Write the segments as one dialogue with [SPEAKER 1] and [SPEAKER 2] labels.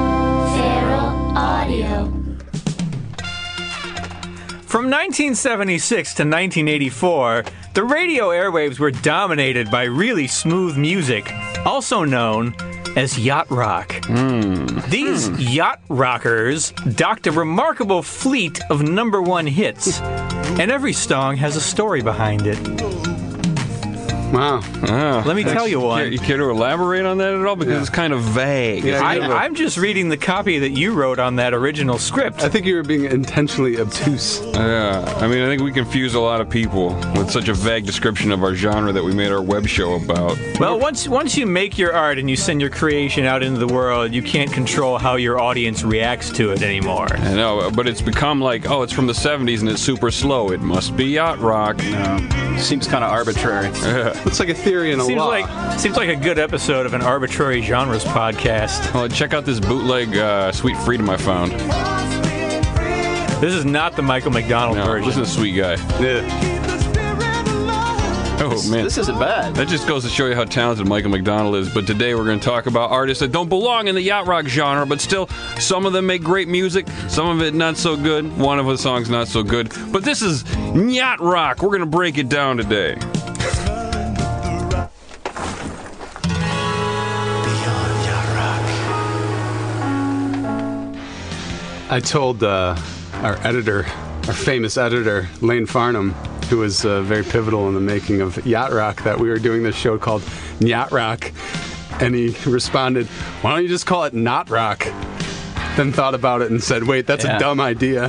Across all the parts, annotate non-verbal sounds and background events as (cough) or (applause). [SPEAKER 1] Feral Audio.
[SPEAKER 2] From 1976 to 1984, the radio airwaves were dominated by really smooth music, also known as yacht rock. These yacht rockers docked a remarkable fleet of number one hits, and every song has a story behind it.
[SPEAKER 3] Wow.
[SPEAKER 2] Let me tell you
[SPEAKER 4] Yeah,
[SPEAKER 2] one.
[SPEAKER 4] you care to elaborate on that at all? Because it's kind of vague.
[SPEAKER 3] Yeah,
[SPEAKER 2] I,
[SPEAKER 3] you have a-
[SPEAKER 2] I'm just reading the copy that you wrote on that original script.
[SPEAKER 3] I think you were being intentionally obtuse.
[SPEAKER 4] Yeah, uh, I mean, I think we confuse a lot of people with such a vague description of our genre that we made our web show about.
[SPEAKER 2] Well, once once you make your art and you send your creation out into the world, you can't control how your audience reacts to it anymore.
[SPEAKER 4] I know, but it's become like, oh, it's from the 70s and it's super slow. It must be yacht rock.
[SPEAKER 5] Seems kind
[SPEAKER 3] (laughs)
[SPEAKER 5] of arbitrary.
[SPEAKER 3] It's like a theory in a
[SPEAKER 2] Seems
[SPEAKER 3] law.
[SPEAKER 2] like seems like a good episode of an arbitrary genres podcast.
[SPEAKER 4] Well, Oh, check out this bootleg uh, Sweet Freedom I found.
[SPEAKER 2] This is not the Michael McDonald
[SPEAKER 4] No,
[SPEAKER 2] version.
[SPEAKER 4] listen to Sweet Guy. Oh, man.
[SPEAKER 5] This isn't bad.
[SPEAKER 4] That just goes to show you how talented Michael McDonald is. But today we're going to talk about artists that don't belong in the yacht rock genre, but still, some of them make great music, some of it not so good, one of the songs not so good. But this is yacht rock. We're going to break it
[SPEAKER 2] (laughs)
[SPEAKER 4] down today.
[SPEAKER 3] I told uh, our editor, our famous editor, Lane Farnham, who was uh, very pivotal in the making of Yacht Rock, that we were doing this show called Yacht Rock. And he responded, Why don't you just call it Not Rock? Then thought about it and said, Wait, that's
[SPEAKER 5] Yeah.
[SPEAKER 3] a dumb idea. (laughs)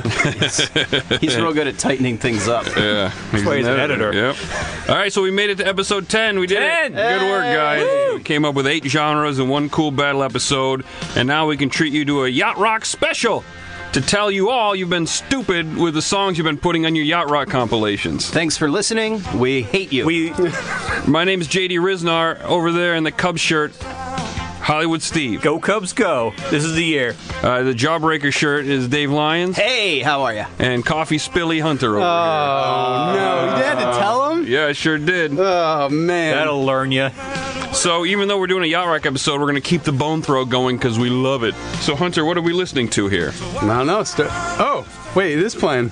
[SPEAKER 5] He's real good at tightening things up.
[SPEAKER 4] Yeah. That's
[SPEAKER 2] why he's an editor.
[SPEAKER 4] Yep. All right, so we made it to episode 10. We did
[SPEAKER 2] 10!
[SPEAKER 4] it. Good work, guys.
[SPEAKER 2] Woo!
[SPEAKER 4] We came up with eight genres and one cool battle episode, and now we can treat you to a yacht rock special. To tell you all you've been stupid with the songs you've been putting on your yacht rock compilations.
[SPEAKER 5] Thanks for listening. We hate you.
[SPEAKER 2] we
[SPEAKER 4] My name's JD Riznar over there in the Cubs shirt. Hollywood Steve.
[SPEAKER 2] go Cubs go. This is the year.
[SPEAKER 4] Uh, the Jawbreaker shirt is Dave Lyons.
[SPEAKER 5] hey, how are you?
[SPEAKER 4] And Coffee Spilly Hunter over
[SPEAKER 3] Uh. no, you had
[SPEAKER 5] Ah.
[SPEAKER 4] Uh,
[SPEAKER 3] to tell him?
[SPEAKER 4] here. Yeah, I sure did.
[SPEAKER 3] Oh, man.
[SPEAKER 2] That'll learn you.
[SPEAKER 4] So even though we're doing a Yacht Rock episode, we're going to keep the bone throw going because we love it. So Hunter, what are we listening to here?
[SPEAKER 3] No, no. St- oh, wait, this plan.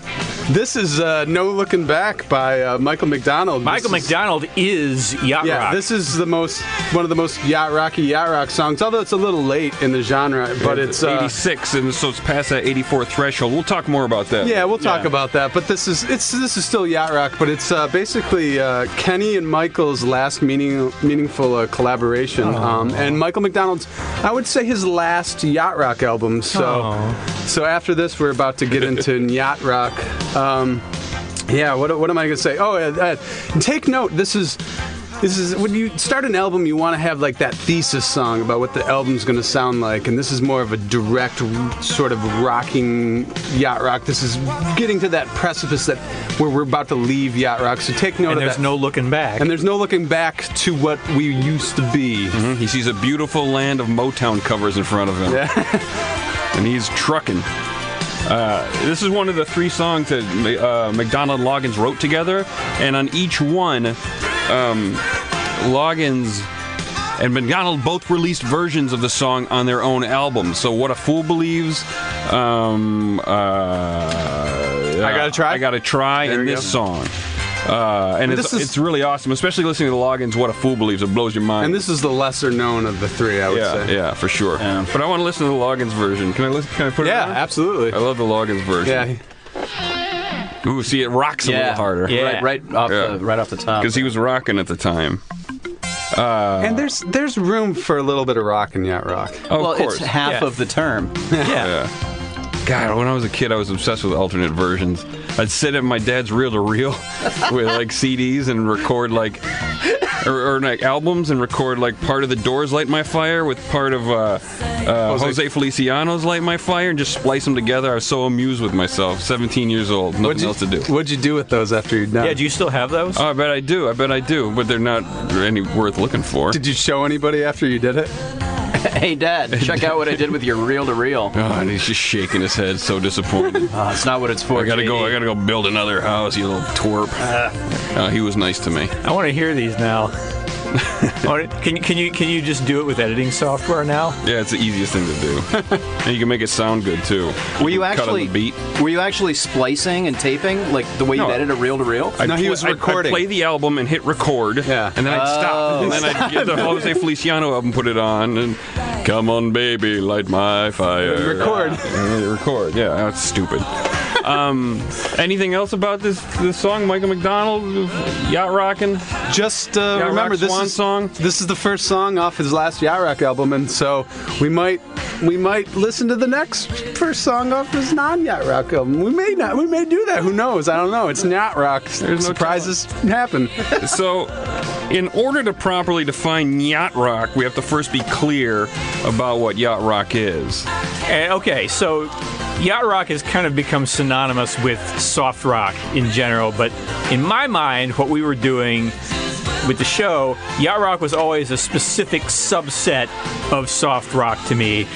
[SPEAKER 3] This is uh, No Looking Back by uh, Michael McDonald.
[SPEAKER 2] Michael
[SPEAKER 3] This is-
[SPEAKER 2] McDonald is yacht
[SPEAKER 3] Yeah,
[SPEAKER 2] rock.
[SPEAKER 3] this is the most one of the most yacht rocky yacht rock songs. Although it's a little late in the genre, but it's uh,
[SPEAKER 4] 86, and so it's past that 84 threshold. We'll talk more about that.
[SPEAKER 3] yeah, we'll talk about that. But this is it's this is still yacht rock, but it's uh, basically uh, Kenny and Michael's last meaning, meaningful uh, collaboration,
[SPEAKER 2] Oh.
[SPEAKER 3] um, and Michael McDonald's, I would say his last yacht rock album. So,
[SPEAKER 2] Oh.
[SPEAKER 3] so after this, we're about to get into (laughs) yacht rock. Um, yeah, what, what am I gonna say? Oh, uh, uh, take note. This is this is when you start an album, you want to have like that thesis song about what the album's gonna sound like, and this is more of a direct sort of rocking yacht rock. This is getting to that precipice that where we're about to leave yacht rock. So take note
[SPEAKER 2] and
[SPEAKER 3] of
[SPEAKER 2] there's
[SPEAKER 3] that.
[SPEAKER 2] no looking back.
[SPEAKER 3] and there's no looking back to what we used to be.
[SPEAKER 4] Mm-hmm. He sees a beautiful land of Motown covers in front of him. (laughs) and he's trucking. Uh, this is one of the three songs that uh, McDonald and Loggins wrote together, and on each one, um, Loggins and McDonald both released versions of the song on their own albums. So, What a Fool Believes, um, uh, I
[SPEAKER 3] Gotta Try?
[SPEAKER 4] I Gotta Try,
[SPEAKER 3] There
[SPEAKER 4] and
[SPEAKER 3] we
[SPEAKER 4] this
[SPEAKER 3] go.
[SPEAKER 4] song. Uh, and it's,
[SPEAKER 3] this is-
[SPEAKER 4] it's really awesome, especially listening to Loggins' What a Fool Believes. It blows your mind.
[SPEAKER 3] And this is the lesser known of the three, I would
[SPEAKER 4] Yeah,
[SPEAKER 3] say.
[SPEAKER 4] yeah, for sure. But I want to listen to the Loggins version. Can I listen? Can I put
[SPEAKER 3] Yeah,
[SPEAKER 4] it? on?
[SPEAKER 3] absolutely.
[SPEAKER 4] I love the Loggins version.
[SPEAKER 3] Yeah.
[SPEAKER 4] Yeah. Ooh, see, it rocks a little harder.
[SPEAKER 5] Yeah. Right, right off
[SPEAKER 4] Yeah.
[SPEAKER 5] the right off the top.
[SPEAKER 4] Because he was rocking at the time.
[SPEAKER 3] And there's there's room for a little bit of rock in yacht rock.
[SPEAKER 4] Oh,
[SPEAKER 5] well,
[SPEAKER 4] of course.
[SPEAKER 5] it's half
[SPEAKER 2] Yeah.
[SPEAKER 5] of the term. (laughs)
[SPEAKER 2] yeah.
[SPEAKER 4] God, when I was a kid, I was obsessed with alternate versions. I'd sit at my dad's reel to reel (laughs) with like CDs and record like, or, or like albums and record like part of the Doors "Light My Fire" with part of uh, uh, Jose.
[SPEAKER 3] Jose-
[SPEAKER 4] Feliciano's "Light My Fire" and just splice them together. I was so amused with myself. 17 years old, nothing
[SPEAKER 3] you,
[SPEAKER 4] else to do.
[SPEAKER 3] What'd you do with those after you're done?
[SPEAKER 2] Yeah, do you still have those?
[SPEAKER 3] Uh,
[SPEAKER 4] Oh, I bet I do. I bet I do. But they're not any worth looking for.
[SPEAKER 3] Did you show anybody after you did it?
[SPEAKER 5] Hey, Dad, check out what I did with your reel to reel.
[SPEAKER 4] Oh, and he's just shaking his head, so
[SPEAKER 5] (laughs)
[SPEAKER 4] disappointed.
[SPEAKER 5] Uh, It's not what it's for. E.
[SPEAKER 4] I gotta go.
[SPEAKER 5] JD.
[SPEAKER 4] I gotta go build another house. You little twerp. Uh, he was nice to me.
[SPEAKER 3] (laughs)
[SPEAKER 2] I want to hear these now. Oh, can you can you can you just do it with editing software now?
[SPEAKER 4] Yeah, it's the easiest thing to do, (laughs) and you can make it sound good too.
[SPEAKER 5] Were you
[SPEAKER 4] can cut on
[SPEAKER 5] actually
[SPEAKER 4] the beat?
[SPEAKER 5] Were you actually splicing and taping like the way you
[SPEAKER 4] No.
[SPEAKER 5] edit a reel to reel?
[SPEAKER 4] I'd
[SPEAKER 3] No, he
[SPEAKER 4] pla-
[SPEAKER 3] was
[SPEAKER 4] I'd- I'd
[SPEAKER 3] recording.
[SPEAKER 4] play the album and hit record.
[SPEAKER 3] Yeah.
[SPEAKER 4] And then I'd stop. And then I'd (laughs) get the Jose Feliciano album, put it on, and come on, baby, light my fire. (laughs)
[SPEAKER 3] Record.
[SPEAKER 4] Yeah, record. Yeah, that's (laughs) stupid. um, anything else about this this song, Michael McDonald, yacht rocking?
[SPEAKER 3] Just uh,
[SPEAKER 4] Yacht
[SPEAKER 3] remember
[SPEAKER 4] Rock
[SPEAKER 3] this
[SPEAKER 4] Swan
[SPEAKER 3] is,
[SPEAKER 4] song?
[SPEAKER 3] This is the first song off his last Yacht Rock album, and so we might we might listen to the next first song off his non Yacht Rock album. We may not. We may do that. Who knows? I don't know. It's Yacht Rock.
[SPEAKER 4] no
[SPEAKER 3] Surprises happen.
[SPEAKER 4] So, in order to properly define yacht rock, we have to first be clear about what yacht rock is.
[SPEAKER 2] And, Eh, okay, so yacht rock has kind of become synonymous with soft rock in general, but in my mind, what we were doing with the show, yacht rock was always a specific subset of soft rock to me.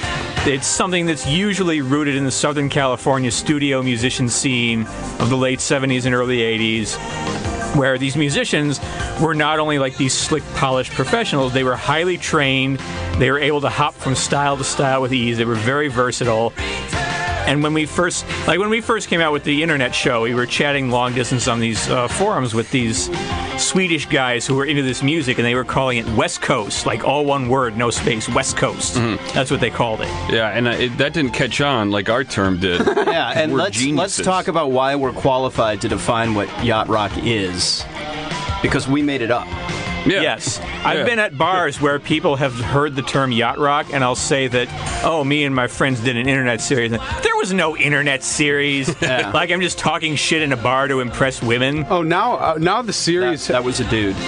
[SPEAKER 2] It's something that's usually rooted in the Southern California studio musician scene of the late 70s and early 80s where these musicians were not only like these slick, polished professionals, they were highly trained. They were able to hop from style to style with ease. They were very versatile. And when we first, like when we first came out with the internet show, we were chatting long distance on these uh, forums with these Swedish guys who were into this music, and they were calling it West Coast, like all one word, no space, West Coast. That's what they called it.
[SPEAKER 4] Yeah, and uh, it, that didn't catch on like our term did.
[SPEAKER 2] (laughs)
[SPEAKER 5] Yeah, and
[SPEAKER 4] We're
[SPEAKER 5] let's let's
[SPEAKER 4] geniuses.
[SPEAKER 5] talk about why we're qualified to define what yacht rock is, because we made it up.
[SPEAKER 4] Yeah.
[SPEAKER 2] Yes.
[SPEAKER 4] Yeah.
[SPEAKER 2] I've been at bars where people have heard the term yacht rock, and I'll say that, oh, me and my friends did an internet series. And There was no internet
[SPEAKER 4] (laughs)
[SPEAKER 2] series.
[SPEAKER 5] Yeah.
[SPEAKER 2] Like, I'm just talking shit in a bar to impress women.
[SPEAKER 3] Oh, now uh, now the
[SPEAKER 5] That,
[SPEAKER 3] series
[SPEAKER 5] that was a dude.
[SPEAKER 4] (laughs)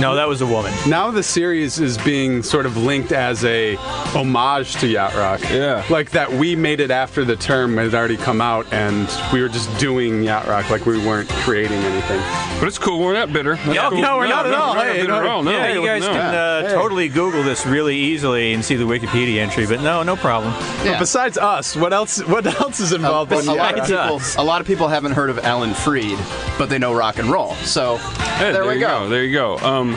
[SPEAKER 2] No, that was a woman.
[SPEAKER 3] now the series is being sort of linked as a homage to yacht rock.
[SPEAKER 4] Yeah.
[SPEAKER 3] like that we made it after the term had already come out, and we were just doing yacht rock, like we weren't creating anything.
[SPEAKER 4] But it's cool. We're not bitter. That's
[SPEAKER 2] No,
[SPEAKER 4] cool.
[SPEAKER 2] no, we're not at all.
[SPEAKER 4] We're not
[SPEAKER 3] Hey,
[SPEAKER 4] bitter at
[SPEAKER 3] no.
[SPEAKER 4] all. Oh, No,
[SPEAKER 2] yeah, you guys
[SPEAKER 4] no.
[SPEAKER 2] can uh, totally Google this really easily and see the Wikipedia entry, but no, no problem.
[SPEAKER 5] Yeah.
[SPEAKER 3] Besides us, what else? What else is involved?
[SPEAKER 4] Uh,
[SPEAKER 5] But
[SPEAKER 3] in
[SPEAKER 5] a, lot
[SPEAKER 3] yacht
[SPEAKER 5] of
[SPEAKER 3] rock?
[SPEAKER 5] people,
[SPEAKER 2] does.
[SPEAKER 5] a lot of people haven't heard of Alan Freed, but they know rock and roll. So
[SPEAKER 4] Yeah,
[SPEAKER 5] there, we
[SPEAKER 4] you
[SPEAKER 5] go.
[SPEAKER 4] There you go. Um,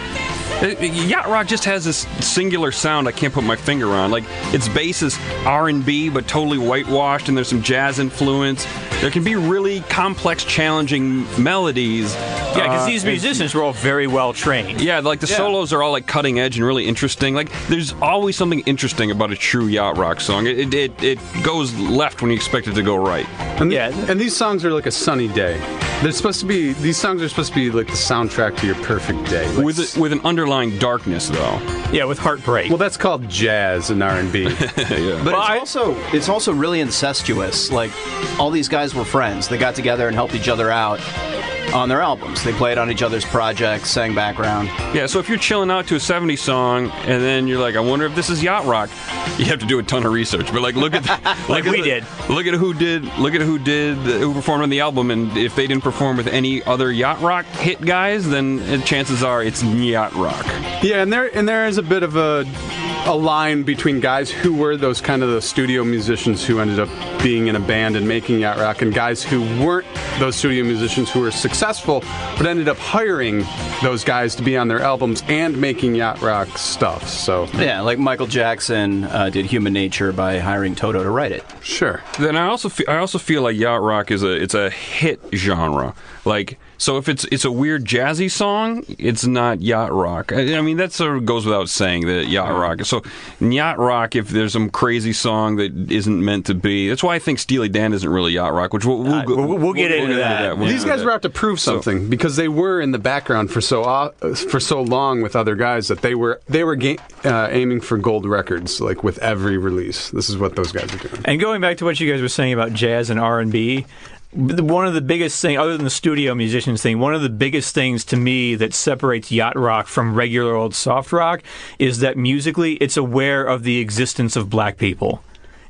[SPEAKER 4] it- it- yacht rock just has this singular sound I can't put my finger on. Like its bass is R and B, but totally whitewashed, and there's some jazz influence. There can be really complex, challenging melodies.
[SPEAKER 2] Yeah, because
[SPEAKER 4] Uh,
[SPEAKER 2] these
[SPEAKER 4] and-
[SPEAKER 2] musicians were all very well trained.
[SPEAKER 4] Yeah, like the solos are all like cutting edge and really interesting. Like there's always something interesting about a true yacht rock song. It it, it, it goes left when you expect it to go right.
[SPEAKER 3] And,
[SPEAKER 2] Yeah.
[SPEAKER 3] and these songs are like a sunny day. They're supposed to be. These songs are supposed to be like the soundtrack to your perfect day. Like,
[SPEAKER 4] With it, with an underlying darkness though.
[SPEAKER 2] Yeah, with heartbreak.
[SPEAKER 3] well, that's called jazz and R and
[SPEAKER 4] (laughs)
[SPEAKER 3] B.
[SPEAKER 4] yeah.
[SPEAKER 5] But
[SPEAKER 2] Well,
[SPEAKER 5] it's
[SPEAKER 2] I-
[SPEAKER 5] also it's also really incestuous. Like all these guys were friends. They got together and helped each other out on their albums. They played on each other's projects, sang background.
[SPEAKER 4] Yeah, so if you're chilling out to a 70s song and then you're like, I wonder if this is yacht rock, you have to do a ton of research. But like, look at
[SPEAKER 2] (laughs) Like
[SPEAKER 4] at
[SPEAKER 2] we
[SPEAKER 4] the-
[SPEAKER 2] did.
[SPEAKER 4] Look at who did. Look at who did. uh, Who performed on the album, and if they didn't perform with any other yacht rock hit guys, then uh, chances are it's yacht rock.
[SPEAKER 3] Yeah, and there and there is a bit of a a line between guys who were those kind of the studio musicians who ended up being in a band and making yacht rock, and guys who weren't those studio musicians who were successful but ended up hiring those guys to be on their albums and making yacht rock stuff. So
[SPEAKER 5] Yeah, like Michael Jackson uh, did Human Nature by hiring Toto to write it.
[SPEAKER 3] sure,
[SPEAKER 4] Then I also feel, I also feel like yacht rock is a it's a hit genre. Like so, if it's it's a weird jazzy song, it's not yacht rock. I, I mean that sort of goes without saying that yacht rock. So yacht rock, if there's some crazy song that isn't meant to be, that's why I think Steely Dan isn't really yacht rock. Which we'll we'll, go-
[SPEAKER 2] we'll- we'll get into that.
[SPEAKER 4] We'll
[SPEAKER 3] these
[SPEAKER 4] get
[SPEAKER 3] guys
[SPEAKER 4] into
[SPEAKER 3] were
[SPEAKER 4] that.
[SPEAKER 3] out to prove something because they were in the background for so uh, for so long with other guys that they were they were ga- uh, aiming for gold records like with every release. This is what those guys are doing.
[SPEAKER 2] And going back to what you guys were saying about jazz and R and B, one of the biggest thing, other than the studio musicians thing, one of the biggest things to me that separates yacht rock from regular old soft rock is that musically, it's aware of the existence of black people.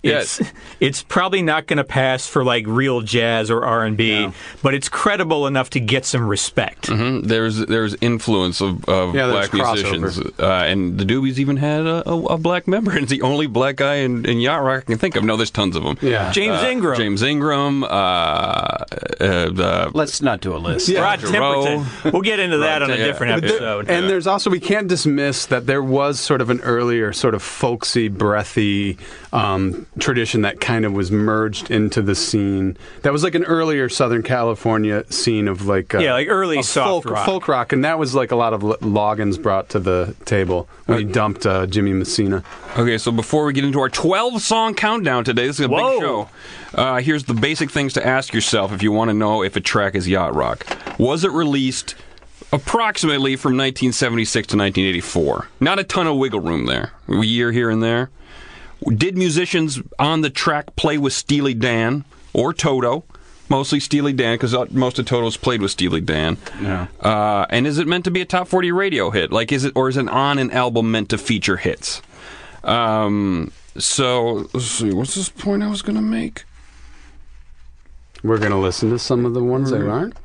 [SPEAKER 2] It's (laughs) it's probably not going to pass for like real jazz or R and B, but it's credible enough to get some respect.
[SPEAKER 4] Mhm. There's there's influence of, of
[SPEAKER 3] Yeah, there's
[SPEAKER 4] black musicians, uh, and the Doobies even had a, a, a black member. And it's the only black guy in, in yacht rock I can think of. No, there's tons of them.
[SPEAKER 3] Yeah.
[SPEAKER 2] James Ingram,
[SPEAKER 4] James Ingram, uh, uh, the
[SPEAKER 5] Let's not do a list.
[SPEAKER 3] Yeah.
[SPEAKER 2] Rod
[SPEAKER 4] Giroux.
[SPEAKER 2] Temperton. We'll get into that
[SPEAKER 4] Rod
[SPEAKER 2] on a
[SPEAKER 4] Tem- yeah.
[SPEAKER 2] different
[SPEAKER 4] But there-
[SPEAKER 2] episode.
[SPEAKER 3] And there's also we can't dismiss that there was sort of an earlier sort of folksy, breathy um, tradition that kind of was merged into the scene. That was like an earlier Southern California scene of like uh,
[SPEAKER 2] Yeah, like early
[SPEAKER 3] of
[SPEAKER 2] soft
[SPEAKER 3] folk,
[SPEAKER 2] rock.
[SPEAKER 3] folk rock, and that was like a lot of L- Loggins brought to the table when he dumped uh, Jimmy Messina.
[SPEAKER 4] Okay, so before we get into our 12 song countdown today, this is a
[SPEAKER 2] Whoa.
[SPEAKER 4] big show. Uh, here's the basic things to ask yourself if you want to know if a track is yacht rock. Was it released approximately from 1976 to 1984? Not a ton of wiggle room there. A year here and there. Did musicians on the track play with Steely Dan or Toto? Mostly Steely Dan, because most of Toto's played with Steely Dan.
[SPEAKER 5] Yeah.
[SPEAKER 4] Uh, and is it meant to be a top 40 radio hit? Like, is it, or is an on an album meant to feature hits? Um, so, let's see, what's this point I was going to make?
[SPEAKER 3] We're gonna listen to some of the ones
[SPEAKER 2] Mm-hmm.
[SPEAKER 3] that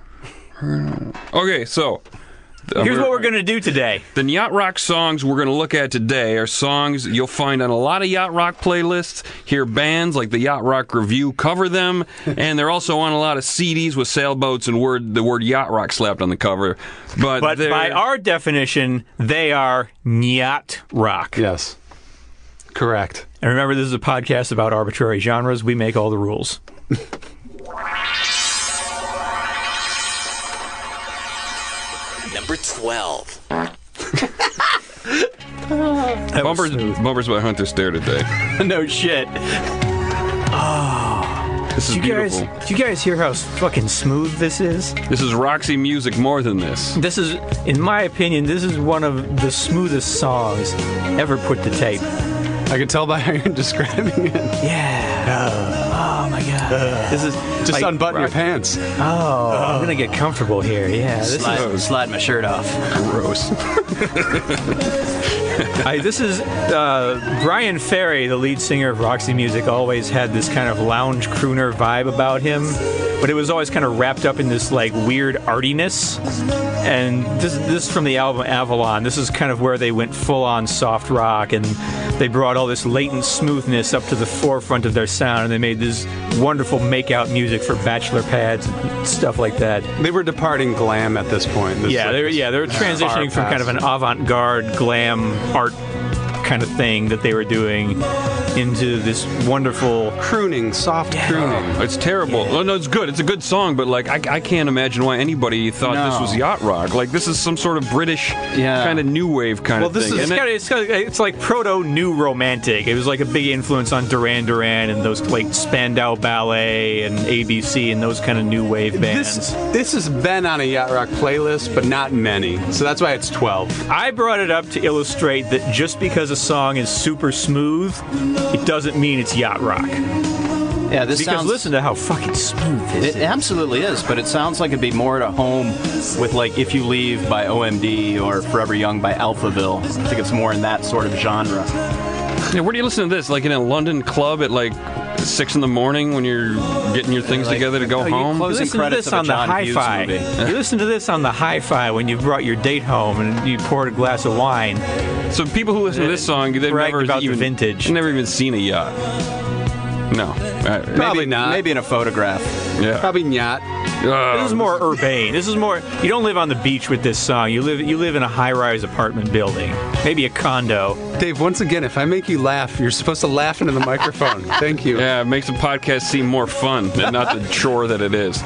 [SPEAKER 3] aren't.
[SPEAKER 4] Okay, so. uh,
[SPEAKER 2] Here's what we're going to do today.
[SPEAKER 4] The yacht rock songs we're going to look at today are songs you'll find on a lot of yacht rock playlists. Hear bands like the Yacht Rock Review
[SPEAKER 2] (laughs)
[SPEAKER 4] cover them, and they're also on a lot of CDs with sailboats and word the word yacht rock slapped on the cover. But,
[SPEAKER 2] But
[SPEAKER 4] they're-
[SPEAKER 2] by our definition, they are yacht rock.
[SPEAKER 3] Yes, correct.
[SPEAKER 2] And remember, this is a podcast about arbitrary genres. We make all the rules.
[SPEAKER 6] Number 12.
[SPEAKER 2] That was
[SPEAKER 4] bumpers,
[SPEAKER 2] smooth.
[SPEAKER 4] bumpers by Hunter Stare today.
[SPEAKER 2] no shit.
[SPEAKER 4] This is
[SPEAKER 2] Do you guys,
[SPEAKER 4] beautiful.
[SPEAKER 2] do you guys hear how s- fucking smooth this is?
[SPEAKER 4] This is Roxy music more than this.
[SPEAKER 2] This is, in my opinion, this is one of the smoothest songs ever put to tape.
[SPEAKER 3] I can tell by how you're (laughs) describing it.
[SPEAKER 2] Yeah. oh my god. This is
[SPEAKER 3] Just
[SPEAKER 2] like,
[SPEAKER 3] unbutton your pants.
[SPEAKER 2] Oh, I'm gonna get comfortable here. Yeah. This is,
[SPEAKER 5] Slide, slide my shirt off.
[SPEAKER 3] Gross.
[SPEAKER 2] I, this is uh, Brian Ferry, the lead singer of Roxy Music, always had this kind of lounge crooner vibe about him, but it was always kind of wrapped up in this like weird artiness. And this this is from the album Avalon. This is kind of where they went full on soft rock and they brought all this latent smoothness up to the forefront of their sound and they made this wonderful make out music for bachelor pads and stuff like that.
[SPEAKER 3] They were departing glam at this point. This uh,
[SPEAKER 2] Yeah,
[SPEAKER 3] is-
[SPEAKER 2] they're yeah they're transitioning from kind of an avant-garde glam art kind of thing that they were doing into this wonderful.
[SPEAKER 3] crooning, soft crooning.
[SPEAKER 4] It's terrible. Oh, no, it's good. It's a good song, but like I, I can't imagine why anybody thought this
[SPEAKER 5] No.
[SPEAKER 4] was yacht rock. Like this is some sort of British
[SPEAKER 5] Yeah.
[SPEAKER 4] kind of new wave kind
[SPEAKER 3] Well,
[SPEAKER 4] of
[SPEAKER 3] this
[SPEAKER 4] thing.
[SPEAKER 2] It's,
[SPEAKER 3] is
[SPEAKER 4] And it-
[SPEAKER 2] kinda, it's, kinda, it's like proto new romantic. It was like a big influence on Duran Duran and those like Spandau Ballet and ABC and those kind of new wave bands.
[SPEAKER 3] This this has been on a yacht rock playlist, but not many. So that's why it's twelve.
[SPEAKER 2] I brought it up to illustrate that just because a song is super smooth, it doesn't mean it's yacht rock.
[SPEAKER 5] Yeah, this
[SPEAKER 2] Because
[SPEAKER 5] sounds.
[SPEAKER 2] listen to how fucking smooth this is.
[SPEAKER 5] It absolutely is, but it sounds like it'd be more at home with like "If You Leave" by OMD or "Forever Young" by Alphaville. I think it's more in that sort of genre.
[SPEAKER 4] Yeah, where do you listen to this? Like in a London club at like six in the morning when you're getting your things
[SPEAKER 5] Like,
[SPEAKER 4] together to go
[SPEAKER 5] oh, you
[SPEAKER 4] home.
[SPEAKER 5] close-
[SPEAKER 2] You
[SPEAKER 5] Closing
[SPEAKER 2] listen to
[SPEAKER 5] credits
[SPEAKER 2] this
[SPEAKER 5] of a
[SPEAKER 2] on the
[SPEAKER 5] John Hughes
[SPEAKER 2] hi-fi. (laughs)
[SPEAKER 5] movie.
[SPEAKER 2] You listen to this on the hi-fi when you brought your date home and you poured a glass of wine.
[SPEAKER 4] so people who listen to this song, they've
[SPEAKER 2] Brag
[SPEAKER 4] never
[SPEAKER 2] about the
[SPEAKER 4] even
[SPEAKER 2] vintage.
[SPEAKER 4] never even seen a yacht. No, Uh,
[SPEAKER 3] Probably
[SPEAKER 5] maybe,
[SPEAKER 3] not.
[SPEAKER 5] Maybe in a photograph.
[SPEAKER 4] yeah.
[SPEAKER 3] Probably not.
[SPEAKER 4] Uh,
[SPEAKER 2] This is more urbane. This is more. You don't live on the beach with this song. You live. You live in a high-rise apartment building, maybe a condo.
[SPEAKER 3] Dave, once again, if I make you laugh, you're supposed to laugh into the microphone. Thank you.
[SPEAKER 4] Yeah, it makes the podcast seem more fun and not the chore that it is.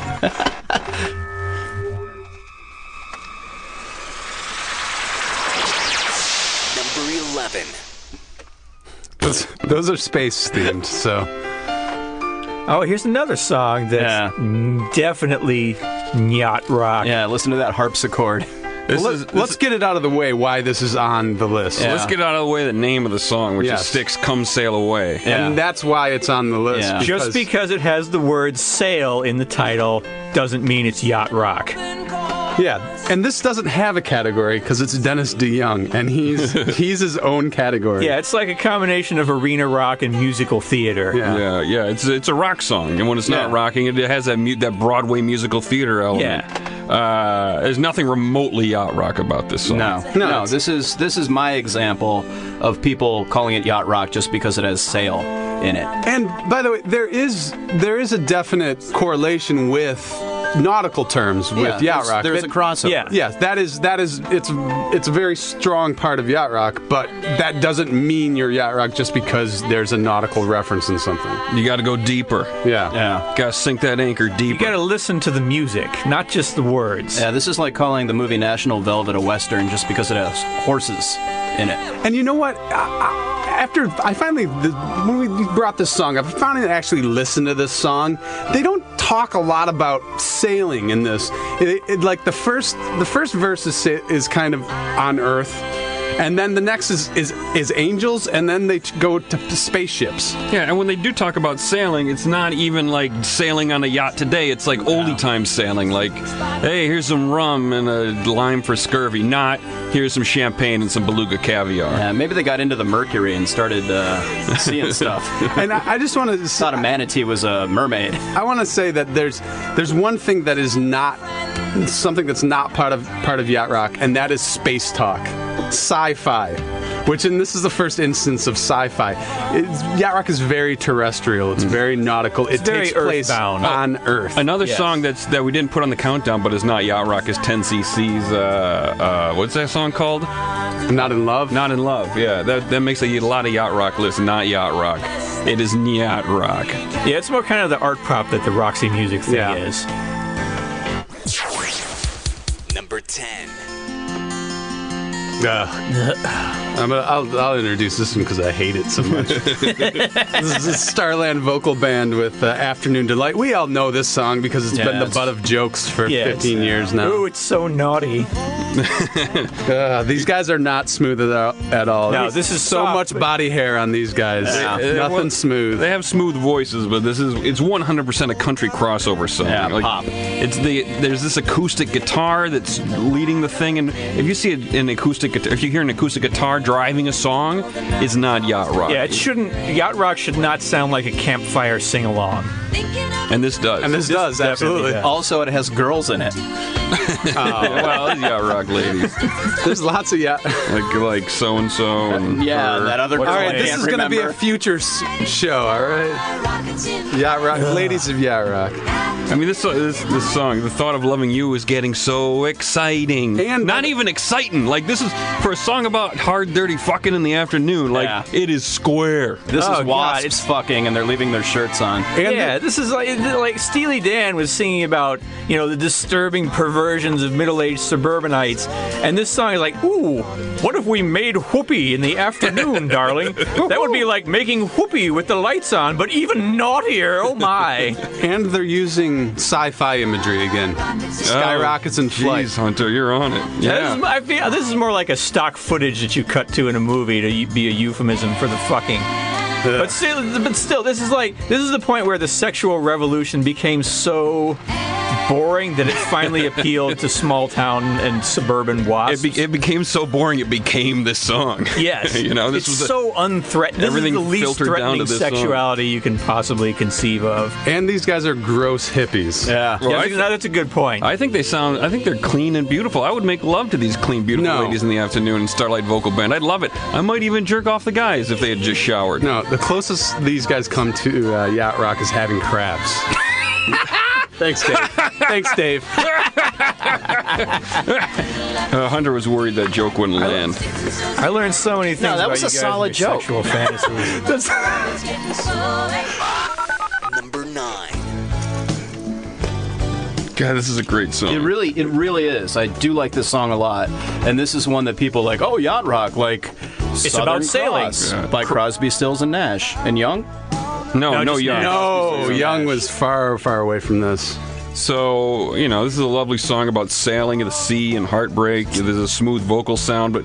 [SPEAKER 6] Number 11.
[SPEAKER 3] Those, those are space themed, so
[SPEAKER 2] Oh, here's another song
[SPEAKER 5] Yeah.
[SPEAKER 2] that's definitely yacht rock.
[SPEAKER 5] Yeah, listen to that harpsichord.
[SPEAKER 4] This
[SPEAKER 3] Well,
[SPEAKER 4] is,
[SPEAKER 3] let, us get it out of the way. Why this is on the list,
[SPEAKER 5] Yeah.
[SPEAKER 4] Let's get out of the way the name of the song, which
[SPEAKER 3] Yes.
[SPEAKER 4] is Sticks Come Sail Away.
[SPEAKER 5] Yeah.
[SPEAKER 3] and that's why it's on the list.
[SPEAKER 5] Yeah.
[SPEAKER 2] Just because it has the word "sail" in the title doesn't mean it's yacht rock.
[SPEAKER 3] yeah, And this doesn't have a category because it's Dennis DeYoung, and he's he's his own category.
[SPEAKER 2] Yeah, it's like a combination of arena rock and musical theater.
[SPEAKER 3] Yeah.
[SPEAKER 4] Yeah, yeah, it's it's a rock song, and when it's not
[SPEAKER 3] Yeah.
[SPEAKER 4] rocking, it has that mu- that Broadway musical theater element. Uh, there's nothing remotely yacht rock about this song.
[SPEAKER 5] No, no,
[SPEAKER 3] it's-
[SPEAKER 5] This is this is my example of people calling it yacht rock just because it has sail in it.
[SPEAKER 3] And by the way, there is there is a definite correlation with nautical terms with yacht
[SPEAKER 5] there's,
[SPEAKER 3] rock.
[SPEAKER 5] There's
[SPEAKER 3] That-
[SPEAKER 5] a crossover.
[SPEAKER 2] Yeah.
[SPEAKER 3] Yes, that is that is it's it's a very strong part of yacht rock, but that doesn't mean you're yacht rock just because there's a nautical reference in something.
[SPEAKER 4] you got to go deeper.
[SPEAKER 3] Yeah.
[SPEAKER 5] Yeah.
[SPEAKER 4] Got to sink that anchor deeper.
[SPEAKER 2] You gotta listen to the music, not just the words.
[SPEAKER 5] Yeah, this is like calling the movie National Velvet a western just because it has horses in it.
[SPEAKER 3] And you know what? I, I, after I finally the, when we brought this song, up, I finally actually listened to this song. They don't talk a lot about sailing in this. It, it, like the first the first verse is sa- is kind of on Earth. And then the next is, is is angels, and then they t- go to spaceships.
[SPEAKER 4] Yeah, and when they do talk about sailing, it's not even like sailing on a yacht today. It's like oldie time sailing. Like, hey, here's some rum and a lime for scurvy. Not here's some champagne and some beluga caviar.
[SPEAKER 5] Yeah, Uh, maybe they got into the mercury and started uh, seeing stuff.
[SPEAKER 3] And I, I just want to
[SPEAKER 5] Thought a manatee was a mermaid.
[SPEAKER 3] I want to say that there's there's one thing that is not something that's not part of part of yacht rock, and that is space talk, sci-fi. Which, and this is the first instance of sci-fi. It's, yacht rock is very terrestrial. It's very nautical. It
[SPEAKER 2] Mm. very
[SPEAKER 3] takes place
[SPEAKER 2] earthbound.
[SPEAKER 3] on Earth.
[SPEAKER 4] Another
[SPEAKER 2] Yes.
[SPEAKER 4] song that's that we didn't put on the countdown, but is not yacht rock is 10cc's. Uh, uh, what's that song called?
[SPEAKER 3] I'm not in love.
[SPEAKER 4] Not in love. Yeah, that that makes a lot of yacht rock list. Not yacht rock. It is yacht rock.
[SPEAKER 2] Yeah, it's more kind of the art prop that the Roxy music thing
[SPEAKER 3] Yeah.
[SPEAKER 2] is.
[SPEAKER 6] Number 10.
[SPEAKER 3] Ugh. (laughs) I'm gonna, I'll, I'll introduce this one because I hate it
[SPEAKER 2] (laughs)
[SPEAKER 3] so much. this is a Starland vocal band with uh, Afternoon Delight. We all know this song because it's been the
[SPEAKER 5] Yes.
[SPEAKER 3] butt of jokes for
[SPEAKER 2] Yeah, it's-
[SPEAKER 3] 15 years now.
[SPEAKER 2] Ooh, it's so naughty.
[SPEAKER 3] Uh, these guys are not smooth at all. At all.
[SPEAKER 2] No,
[SPEAKER 3] There's
[SPEAKER 2] this is
[SPEAKER 3] so
[SPEAKER 2] soft,
[SPEAKER 3] much
[SPEAKER 2] but-
[SPEAKER 3] body hair on these guys.
[SPEAKER 4] Uh,
[SPEAKER 3] Nothing
[SPEAKER 4] well,
[SPEAKER 3] smooth.
[SPEAKER 4] They have smooth voices, but this is it's 100% a country crossover song.
[SPEAKER 5] Yeah, pop.
[SPEAKER 4] It's the there's this acoustic guitar that's leading the thing, and if you see an acoustic guitar, if you hear an acoustic guitar driving a song, it's not yacht rock.
[SPEAKER 2] Yeah, it shouldn't. Yacht rock should not sound like a campfire sing along.
[SPEAKER 4] and this does.
[SPEAKER 3] and this, does
[SPEAKER 2] definitely
[SPEAKER 3] absolutely.
[SPEAKER 2] does.
[SPEAKER 5] Also, it has girls in it.
[SPEAKER 4] Oh, well, it's yacht rock ladies
[SPEAKER 3] (laughs) There's lots of yeah.
[SPEAKER 4] like like so and so.
[SPEAKER 5] (laughs) Yeah, that other girl.
[SPEAKER 3] all
[SPEAKER 5] I
[SPEAKER 3] right, this
[SPEAKER 5] can't
[SPEAKER 3] is gonna be a
[SPEAKER 5] remember.
[SPEAKER 3] future s- show. All right, yacht rock, ladies of yacht rock.
[SPEAKER 4] I mean, this, so- this this song, the thought of loving you is getting so exciting,
[SPEAKER 3] And-
[SPEAKER 4] not even exciting. Like this is for a song about hard, dirty fucking in the afternoon. Like
[SPEAKER 5] Yeah.
[SPEAKER 4] it is square.
[SPEAKER 5] This
[SPEAKER 2] Oh,
[SPEAKER 5] is
[SPEAKER 2] God,
[SPEAKER 5] wasps
[SPEAKER 2] it's-
[SPEAKER 5] fucking, and they're leaving their shirts on.
[SPEAKER 3] And
[SPEAKER 2] yeah, this is like like Steely Dan was singing about you know the disturbing perversions of middle-aged suburbanites, and this song is like, ooh, what if we made whoopee in the
[SPEAKER 3] (laughs)
[SPEAKER 2] afternoon, darling? That would be like making whoopee with the lights on, but even naughtier. Oh my!
[SPEAKER 3] and they're using sci-fi imagery again. Skyrockets and flight.
[SPEAKER 4] Oh, Jeez, Hunter, you're on it.
[SPEAKER 2] Yeah, This, is, I feel, this is more like a stock footage that you cut to in a movie to u- be a euphemism for the fucking. But still, but still, this is like this is the point where the sexual revolution became so boring that it
[SPEAKER 4] (laughs)
[SPEAKER 2] finally appealed to small town and suburban
[SPEAKER 4] It,
[SPEAKER 2] wasps.
[SPEAKER 4] be, it became so boring. It became this song. (laughs)
[SPEAKER 2] yes,
[SPEAKER 4] you know this
[SPEAKER 2] it's
[SPEAKER 4] was a-
[SPEAKER 2] so unthreatening. This is
[SPEAKER 4] everything
[SPEAKER 2] the least
[SPEAKER 4] filtered down
[SPEAKER 2] threatening
[SPEAKER 4] to this uh, song.
[SPEAKER 2] sexuality you can possibly conceive of.
[SPEAKER 3] And these guys are gross hippies.
[SPEAKER 5] Yeah.
[SPEAKER 4] Well,
[SPEAKER 2] yeah,
[SPEAKER 4] I
[SPEAKER 2] I think- no, that's a good point.
[SPEAKER 4] I think they sound. I think they're clean and beautiful. I would make love to these clean, beautiful
[SPEAKER 3] No.
[SPEAKER 4] ladies in the afternoon in Starlight Vocal Band. I'd love it. I might even jerk off the guys if they had just showered.
[SPEAKER 3] No, the closest these guys come to uh, yacht rock is having crabs. Thanks, Dave.
[SPEAKER 4] (laughs)
[SPEAKER 3] Thanks, Dave.
[SPEAKER 4] Uh, Hunter was worried that joke wouldn't land.
[SPEAKER 2] I learned so many things.
[SPEAKER 5] that
[SPEAKER 2] about
[SPEAKER 5] was
[SPEAKER 2] you
[SPEAKER 5] a
[SPEAKER 2] guys and
[SPEAKER 5] solid
[SPEAKER 2] your
[SPEAKER 5] joke.
[SPEAKER 2] Sexual fantasies.
[SPEAKER 6] Number 9.
[SPEAKER 4] God, this is a great song.
[SPEAKER 5] It really, it really is. I do like this song a lot, and this is one that people like. Oh, yacht rock, like it's Southern
[SPEAKER 2] about sailing.
[SPEAKER 5] Cross
[SPEAKER 4] Yeah.
[SPEAKER 5] by Crosby, Stills, and Nash and Young.
[SPEAKER 4] no, no,
[SPEAKER 2] No, just-
[SPEAKER 4] yacht.
[SPEAKER 3] No, Oh, Young was far, far away from this.
[SPEAKER 4] So, you know, this is a lovely song about sailing of the sea and heartbreak. There's a smooth vocal sound, but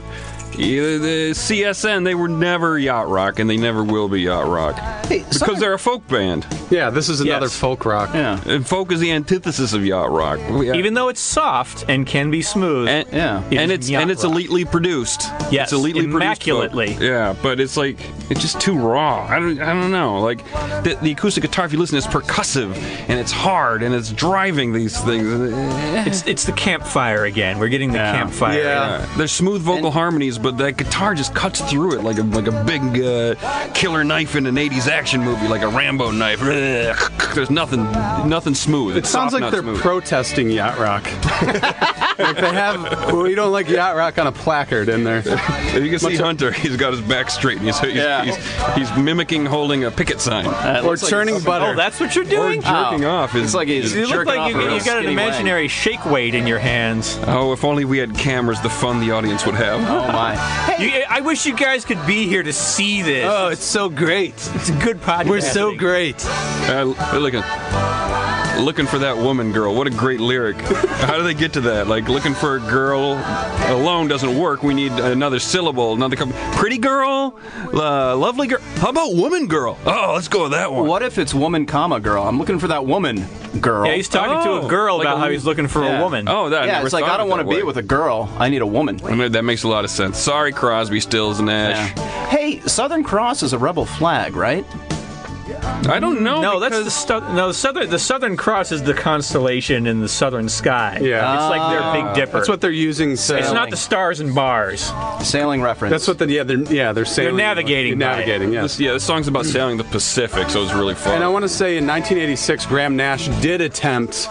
[SPEAKER 4] Yeah, the CSN, they were never yacht rock, and they never will be yacht rock
[SPEAKER 5] Hey,
[SPEAKER 4] because they're a folk band,
[SPEAKER 3] Yeah, this is another
[SPEAKER 2] Yes.
[SPEAKER 3] folk rock.
[SPEAKER 5] yeah,
[SPEAKER 4] and folk is the antithesis of yacht rock. We- uh,
[SPEAKER 2] Even though it's soft and can be smooth,
[SPEAKER 4] and,
[SPEAKER 5] Yeah.
[SPEAKER 2] It
[SPEAKER 4] and
[SPEAKER 2] is
[SPEAKER 4] it's
[SPEAKER 2] yacht
[SPEAKER 4] and it's
[SPEAKER 2] rock.
[SPEAKER 4] elitely produced.
[SPEAKER 2] Yes,
[SPEAKER 4] it's elitely
[SPEAKER 2] immaculately.
[SPEAKER 4] Produced, but- yeah, but it's like it's just too raw. I don't I don't know. Like the, the acoustic guitar, if you listen, it's percussive and it's hard and it's driving these things. Eh,
[SPEAKER 2] it's it's the campfire again. We're getting the
[SPEAKER 5] Yeah.
[SPEAKER 2] campfire.
[SPEAKER 3] Yeah.
[SPEAKER 4] There's smooth vocal harmonies, but that guitar just cuts through it like a like a big uh, killer knife in an '80s action movie, like a Rambo knife. (laughs) Ugh, There's nothing nothing smooth.
[SPEAKER 3] It
[SPEAKER 4] It's
[SPEAKER 3] sounds
[SPEAKER 4] soft,
[SPEAKER 3] like
[SPEAKER 4] not
[SPEAKER 3] they're
[SPEAKER 4] smooth.
[SPEAKER 3] protesting yacht rock. like they have, we don't like yacht rock on a placard in there.
[SPEAKER 4] If you can see Hunter, (laughs) he's got his back straight, and he's he's,
[SPEAKER 5] Yeah.
[SPEAKER 4] he's, he's mimicking holding a picket sign.
[SPEAKER 2] Uh,
[SPEAKER 3] or churning butter.
[SPEAKER 2] Oh, that's what you're doing? Oh.
[SPEAKER 4] jerking off is
[SPEAKER 5] it's like he's
[SPEAKER 2] you look
[SPEAKER 5] jerking
[SPEAKER 2] like
[SPEAKER 5] off
[SPEAKER 2] you,
[SPEAKER 5] a real
[SPEAKER 2] you got an
[SPEAKER 5] skinny wang.
[SPEAKER 2] imaginary shake weight in your hands.
[SPEAKER 4] oh, if only we had cameras, the fun the audience would have.
[SPEAKER 5] Oh my!
[SPEAKER 2] You- I wish you guys could be here to see this.
[SPEAKER 3] oh, it's so great.
[SPEAKER 2] it's a good podcast.
[SPEAKER 3] We're so great.
[SPEAKER 4] Uh, they're looking, looking for that woman girl. What a great lyric. How do they get to that? Like looking for a girl alone doesn't work. We need another syllable, another couple. Pretty girl, uh, lovely girl. How about woman girl? Oh, let's go with that one.
[SPEAKER 5] What if it's woman, comma girl? I'm looking for that woman, girl.
[SPEAKER 2] Yeah, he's talking to
[SPEAKER 4] Oh,
[SPEAKER 2] a girl
[SPEAKER 4] like
[SPEAKER 2] about
[SPEAKER 4] a
[SPEAKER 2] how
[SPEAKER 4] wo-
[SPEAKER 2] he's looking for
[SPEAKER 5] Yeah.
[SPEAKER 2] a woman.
[SPEAKER 4] Oh, that.
[SPEAKER 5] yeah,
[SPEAKER 4] never
[SPEAKER 5] it's like I
[SPEAKER 4] thought
[SPEAKER 5] don't
[SPEAKER 4] of
[SPEAKER 5] want
[SPEAKER 4] that
[SPEAKER 5] to be
[SPEAKER 4] way.
[SPEAKER 5] with a girl. I need a woman.
[SPEAKER 4] I mean, that makes a lot of sense. Sorry, Crosby, Stills, Nash.
[SPEAKER 5] Yeah. Hey, Southern Cross is a rebel flag, right?
[SPEAKER 4] I don't know.
[SPEAKER 2] No, that's the
[SPEAKER 4] because-
[SPEAKER 2] stu- no the southern. The Southern Cross is the constellation in the southern sky.
[SPEAKER 3] Yeah.
[SPEAKER 2] it's like their Big Dipper.
[SPEAKER 3] That's what they're using. So.
[SPEAKER 2] it's not the stars and bars.
[SPEAKER 5] Sailing reference.
[SPEAKER 3] That's what the yeah they're yeah they're sailing.
[SPEAKER 2] navigating by it.
[SPEAKER 3] Navigating.
[SPEAKER 4] This,
[SPEAKER 3] Yes.
[SPEAKER 4] yeah, this song's about sailing the Pacific, so it's really fun.
[SPEAKER 3] And I want to say in 1986, Graham Nash did attempt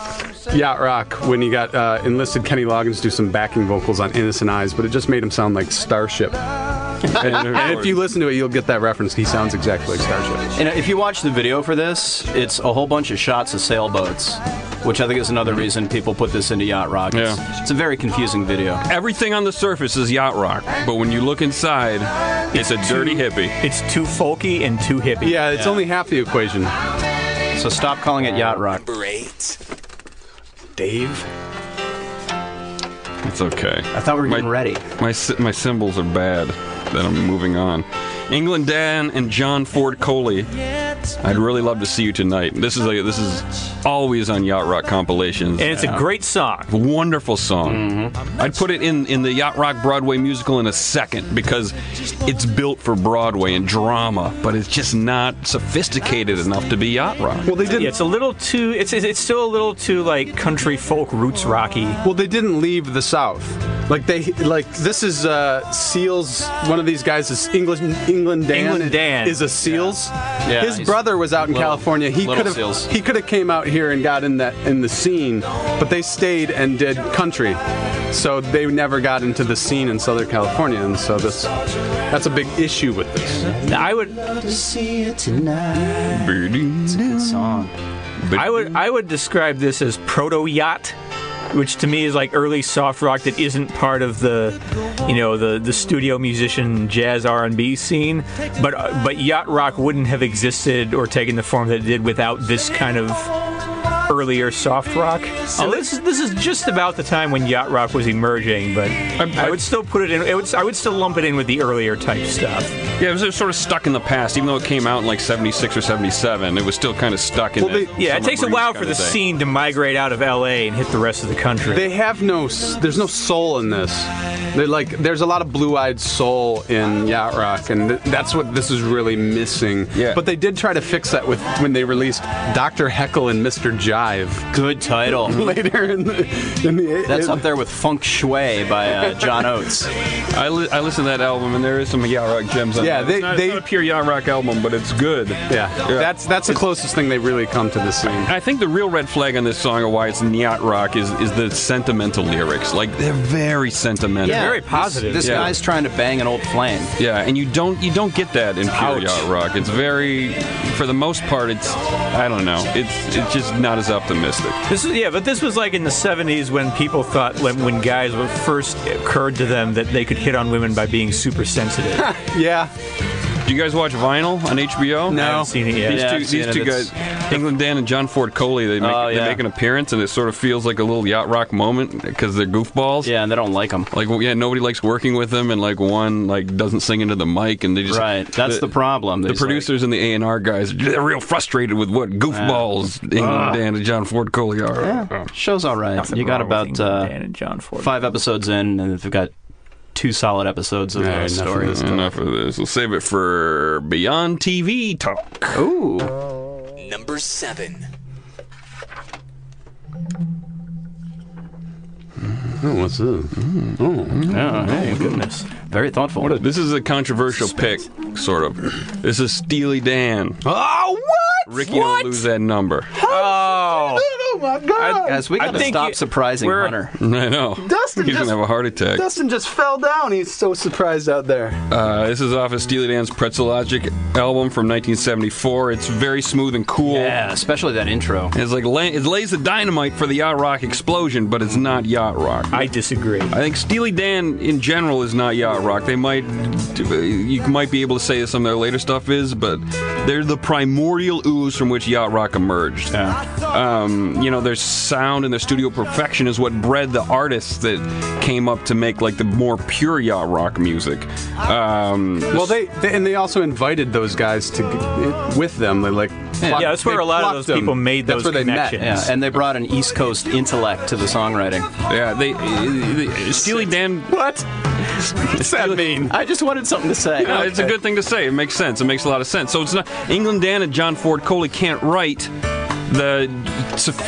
[SPEAKER 3] yacht rock when he got uh, enlisted Kenny Loggins to do some backing vocals on Innocent Eyes, but it just made him sound like Starship. And if you listen to it, you'll get that reference. He sounds exactly like Starship.
[SPEAKER 5] And if you watch the video for this, it's a whole bunch of shots of sailboats, which I think is another reason people put this into yacht rock. It's-
[SPEAKER 4] Yeah.
[SPEAKER 5] It's a very confusing video.
[SPEAKER 4] Everything on the surface is yacht rock, but when you look inside, it's a dirty hippie.
[SPEAKER 2] It's too folky and too hippie.
[SPEAKER 3] Yeah, it's only half the equation.
[SPEAKER 5] So stop calling it yacht rock.
[SPEAKER 6] Number eight.
[SPEAKER 3] Dave.
[SPEAKER 4] It's okay.
[SPEAKER 5] I thought we were
[SPEAKER 4] My-
[SPEAKER 5] getting ready.
[SPEAKER 4] My sy- my symbols are bad. Then I'm moving on. England Dan and John Ford Coley. I'd really love to see you tonight. This is a, this is always on yacht rock compilations.
[SPEAKER 2] and it's a great song.
[SPEAKER 4] wonderful song.
[SPEAKER 5] Mm-hmm.
[SPEAKER 4] I'd put it in, in the Yacht Rock Broadway musical in a second because it's built for Broadway and drama, but it's just not sophisticated enough to be Yacht Rock.
[SPEAKER 3] Well, they didn't.
[SPEAKER 2] Yeah, it's a little too. It's it's- it's still a little too like country folk roots rocky.
[SPEAKER 3] Well, they didn't leave the South. Like they, like this is uh, Seals. One of these guys is England. England Dan.
[SPEAKER 2] England Dan.
[SPEAKER 3] is a Seals.
[SPEAKER 5] Yeah,
[SPEAKER 3] His
[SPEAKER 5] he's
[SPEAKER 3] brother was out in
[SPEAKER 5] little-
[SPEAKER 3] California. He
[SPEAKER 5] little
[SPEAKER 3] could have.
[SPEAKER 5] Seals.
[SPEAKER 3] He could have came out here and got in that in the scene, but they stayed and did country. So they never got into the scene in Southern California, and so this, that's a big issue with this.
[SPEAKER 2] I would
[SPEAKER 5] Good song.
[SPEAKER 2] I would I would describe this as proto yacht, which to me is like early soft rock that isn't part of the, you know, the the studio musician jazz R and B scene. But uh, but yacht rock wouldn't have existed or taken the form that it did without this kind of earlier soft rock. So this is this is just about the time when yacht rock was emerging. But I would still put it in. It would, I would still lump it in with the earlier type stuff.
[SPEAKER 4] Yeah, it was sort of stuck in the past, even though it came out in like 76 or 77. It was still kind of stuck in
[SPEAKER 3] Well,
[SPEAKER 4] that
[SPEAKER 3] they-
[SPEAKER 2] Yeah, it
[SPEAKER 4] summer
[SPEAKER 2] takes a
[SPEAKER 4] breeze
[SPEAKER 2] while
[SPEAKER 4] kinda
[SPEAKER 2] for the
[SPEAKER 4] thing.
[SPEAKER 2] scene to migrate out of L.A. and hit the rest of the country.
[SPEAKER 3] They have no. s- There's no soul in this. They're like. There's a lot of blue-eyed soul in yacht rock, and th- that's what this is really missing.
[SPEAKER 4] Yeah.
[SPEAKER 3] But they did try to fix that with when they released Doctor Heckle and Mister Jive (laughs)
[SPEAKER 4] (laughs)
[SPEAKER 5] Good title.
[SPEAKER 3] later in the. In the
[SPEAKER 5] That's up there with Funk Shui by uh, John Oates.
[SPEAKER 4] I, li- I listened to that album, and there is some yacht rock gems on
[SPEAKER 3] Yeah,
[SPEAKER 4] there.
[SPEAKER 3] they-
[SPEAKER 4] it's, not,
[SPEAKER 3] they-
[SPEAKER 4] it's not a pure yacht rock album, but it's good.
[SPEAKER 3] Yeah. That's that's the closest thing they really come to the scene.
[SPEAKER 4] I think the real red flag on this song of why it's yacht rock is, is the sentimental lyrics. Like they're very sentimental.
[SPEAKER 2] very
[SPEAKER 5] this-
[SPEAKER 2] positive.
[SPEAKER 5] This,
[SPEAKER 4] Yeah.
[SPEAKER 5] guy's trying to bang an old flame.
[SPEAKER 4] Yeah, and you don't you don't get that in pure yacht rock. It's very, for the most part, it's I don't know. It's it's just not as optimistic.
[SPEAKER 2] This is yeah, but this was like in the '70s when people thought when, when guys were first occurred to them that they could hit on women by being super sensitive.
[SPEAKER 3] Yeah.
[SPEAKER 4] Do you guys watch Vinyl on HBO?
[SPEAKER 2] I
[SPEAKER 3] No.
[SPEAKER 2] haven't seen it yet.
[SPEAKER 4] These
[SPEAKER 5] Yeah,
[SPEAKER 4] two,
[SPEAKER 5] I've seen
[SPEAKER 4] these
[SPEAKER 5] it.
[SPEAKER 4] two
[SPEAKER 5] It's-
[SPEAKER 4] guys, England Dan and John Ford Coley, they make,
[SPEAKER 5] Oh,
[SPEAKER 4] they
[SPEAKER 5] yeah.
[SPEAKER 4] make an appearance, and it sort of feels like a little yacht rock moment because they're goofballs.
[SPEAKER 5] Yeah, and they don't like them.
[SPEAKER 4] Like well, yeah, nobody likes working with them, and like one like doesn't sing into the mic, and they just
[SPEAKER 5] Right, that's the problem.
[SPEAKER 4] The
[SPEAKER 5] There's, like-
[SPEAKER 4] producers and the A and R guys, they're real frustrated with what goofballs England
[SPEAKER 3] Ah.
[SPEAKER 4] Dan and John Ford Coley are.
[SPEAKER 5] Show's all right.
[SPEAKER 2] Nothing
[SPEAKER 5] you got
[SPEAKER 2] wrong with
[SPEAKER 5] about
[SPEAKER 2] England,
[SPEAKER 5] uh,
[SPEAKER 2] Dan and John Ford.
[SPEAKER 5] five episodes in, and they've got two solid episodes of
[SPEAKER 3] Yeah,
[SPEAKER 5] uh,
[SPEAKER 3] enough of
[SPEAKER 5] stories.
[SPEAKER 3] this.
[SPEAKER 4] Enough of this. We'll save it for Beyond TV talk.
[SPEAKER 5] Ooh,
[SPEAKER 6] Number 7.
[SPEAKER 3] Oh, what's this?
[SPEAKER 5] yeah, hey,
[SPEAKER 2] Goodness.
[SPEAKER 5] very thoughtful.
[SPEAKER 4] This is a controversial pick, sort of. This is Steely Dan.
[SPEAKER 3] Oh, what?
[SPEAKER 4] Ricky will lose that number.
[SPEAKER 2] Oh,
[SPEAKER 3] Oh my God!
[SPEAKER 5] Guys, we
[SPEAKER 2] I
[SPEAKER 5] gotta
[SPEAKER 2] think
[SPEAKER 5] stop
[SPEAKER 2] you-
[SPEAKER 5] surprising
[SPEAKER 2] we're-
[SPEAKER 5] Hunter.
[SPEAKER 4] (laughs) I know.
[SPEAKER 3] Dustin
[SPEAKER 4] He's
[SPEAKER 3] just-
[SPEAKER 4] gonna have a heart attack.
[SPEAKER 3] Dustin just fell down. He's so surprised out there.
[SPEAKER 4] Uh, this is off of Steely Dan's Pretzel Logic album from 1974. It's very smooth and cool.
[SPEAKER 5] Yeah, especially that intro.
[SPEAKER 4] It's like la- it lays the dynamite for the yacht rock explosion, but it's not yacht rock.
[SPEAKER 2] I disagree.
[SPEAKER 4] I think Steely Dan in general is not yacht rock. They might, you might be able to say that some of their later stuff is, but they're the primordial ooze from which yacht rock emerged. Um, you know, their sound and their studio perfection is what bred the artists that came up to make like the more pure yacht rock music. Um,
[SPEAKER 3] Well, they, they and they also invited those guys to g- with them. They like plucked-
[SPEAKER 2] Yeah, that's where
[SPEAKER 3] they
[SPEAKER 2] a lot of
[SPEAKER 3] plucked
[SPEAKER 2] those
[SPEAKER 3] them.
[SPEAKER 2] people made
[SPEAKER 3] That's
[SPEAKER 2] those
[SPEAKER 3] where they met.
[SPEAKER 2] connections.
[SPEAKER 5] Yeah, (laughs) and they brought an East Coast intellect to the songwriting.
[SPEAKER 4] Yeah, they, they Steely Dan.
[SPEAKER 3] What? What's that mean?
[SPEAKER 5] I just wanted something to say.
[SPEAKER 4] No, it's a good thing to say. It makes sense. It makes a lot of sense. So it's not England Dan and John Ford Coley can't write the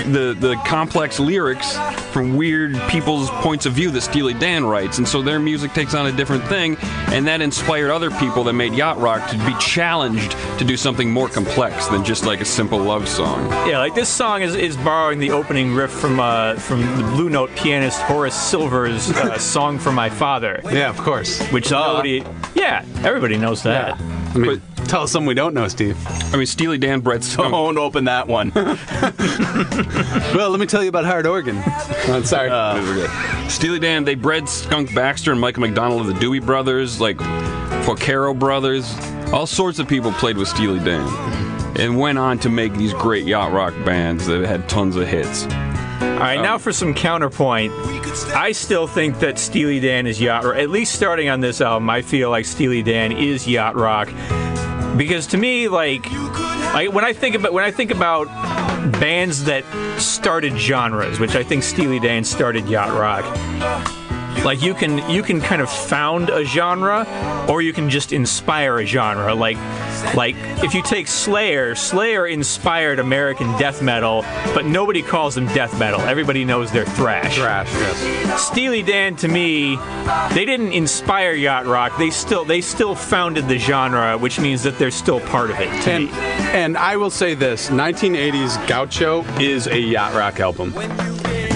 [SPEAKER 4] the the complex lyrics from weird people's points of view that Steely Dan writes, and so their music takes on a different thing, and that inspired other people that made yacht rock to be challenged to do something more complex than just like a simple love song.
[SPEAKER 2] Yeah, like this song is, is borrowing the opening riff from uh, from the Blue Note pianist Horace Silver's uh, "Song for My Father,"
[SPEAKER 3] Yeah, of course.
[SPEAKER 2] which nobody, yeah, everybody knows that.
[SPEAKER 3] I mean, tell us something we don't know, Steve.
[SPEAKER 4] I mean, Steely Dan bred so
[SPEAKER 5] Don't open that one.
[SPEAKER 3] Well, let me tell you about hard organ. (laughs) I'm sorry.
[SPEAKER 4] Uh, Steely Dan, they bred Skunk Baxter and Michael McDonald of the Dewey Brothers, like Porcaro Brothers. All sorts of people played with Steely Dan and went on to make these great yacht rock bands that had tons of hits.
[SPEAKER 2] All right, now for some counterpoint. I still think that Steely Dan is yacht rock. At least starting on this album, I feel like Steely Dan is yacht rock because to me, like, like when I think about when I think about bands that started genres, which I think Steely Dan started yacht rock. Like you can you can kind of found a genre, or you can just inspire a genre. Like like if you take Slayer, Slayer inspired American death metal, but nobody calls them death metal. Everybody knows they're thrash.
[SPEAKER 3] Trash, yes.
[SPEAKER 2] Steely Dan to me, they didn't inspire yacht rock. They still they still founded the genre, which means that they're still part of it. To
[SPEAKER 3] And
[SPEAKER 2] me.
[SPEAKER 3] and I will say this: 1980s Gaucho is a yacht rock album.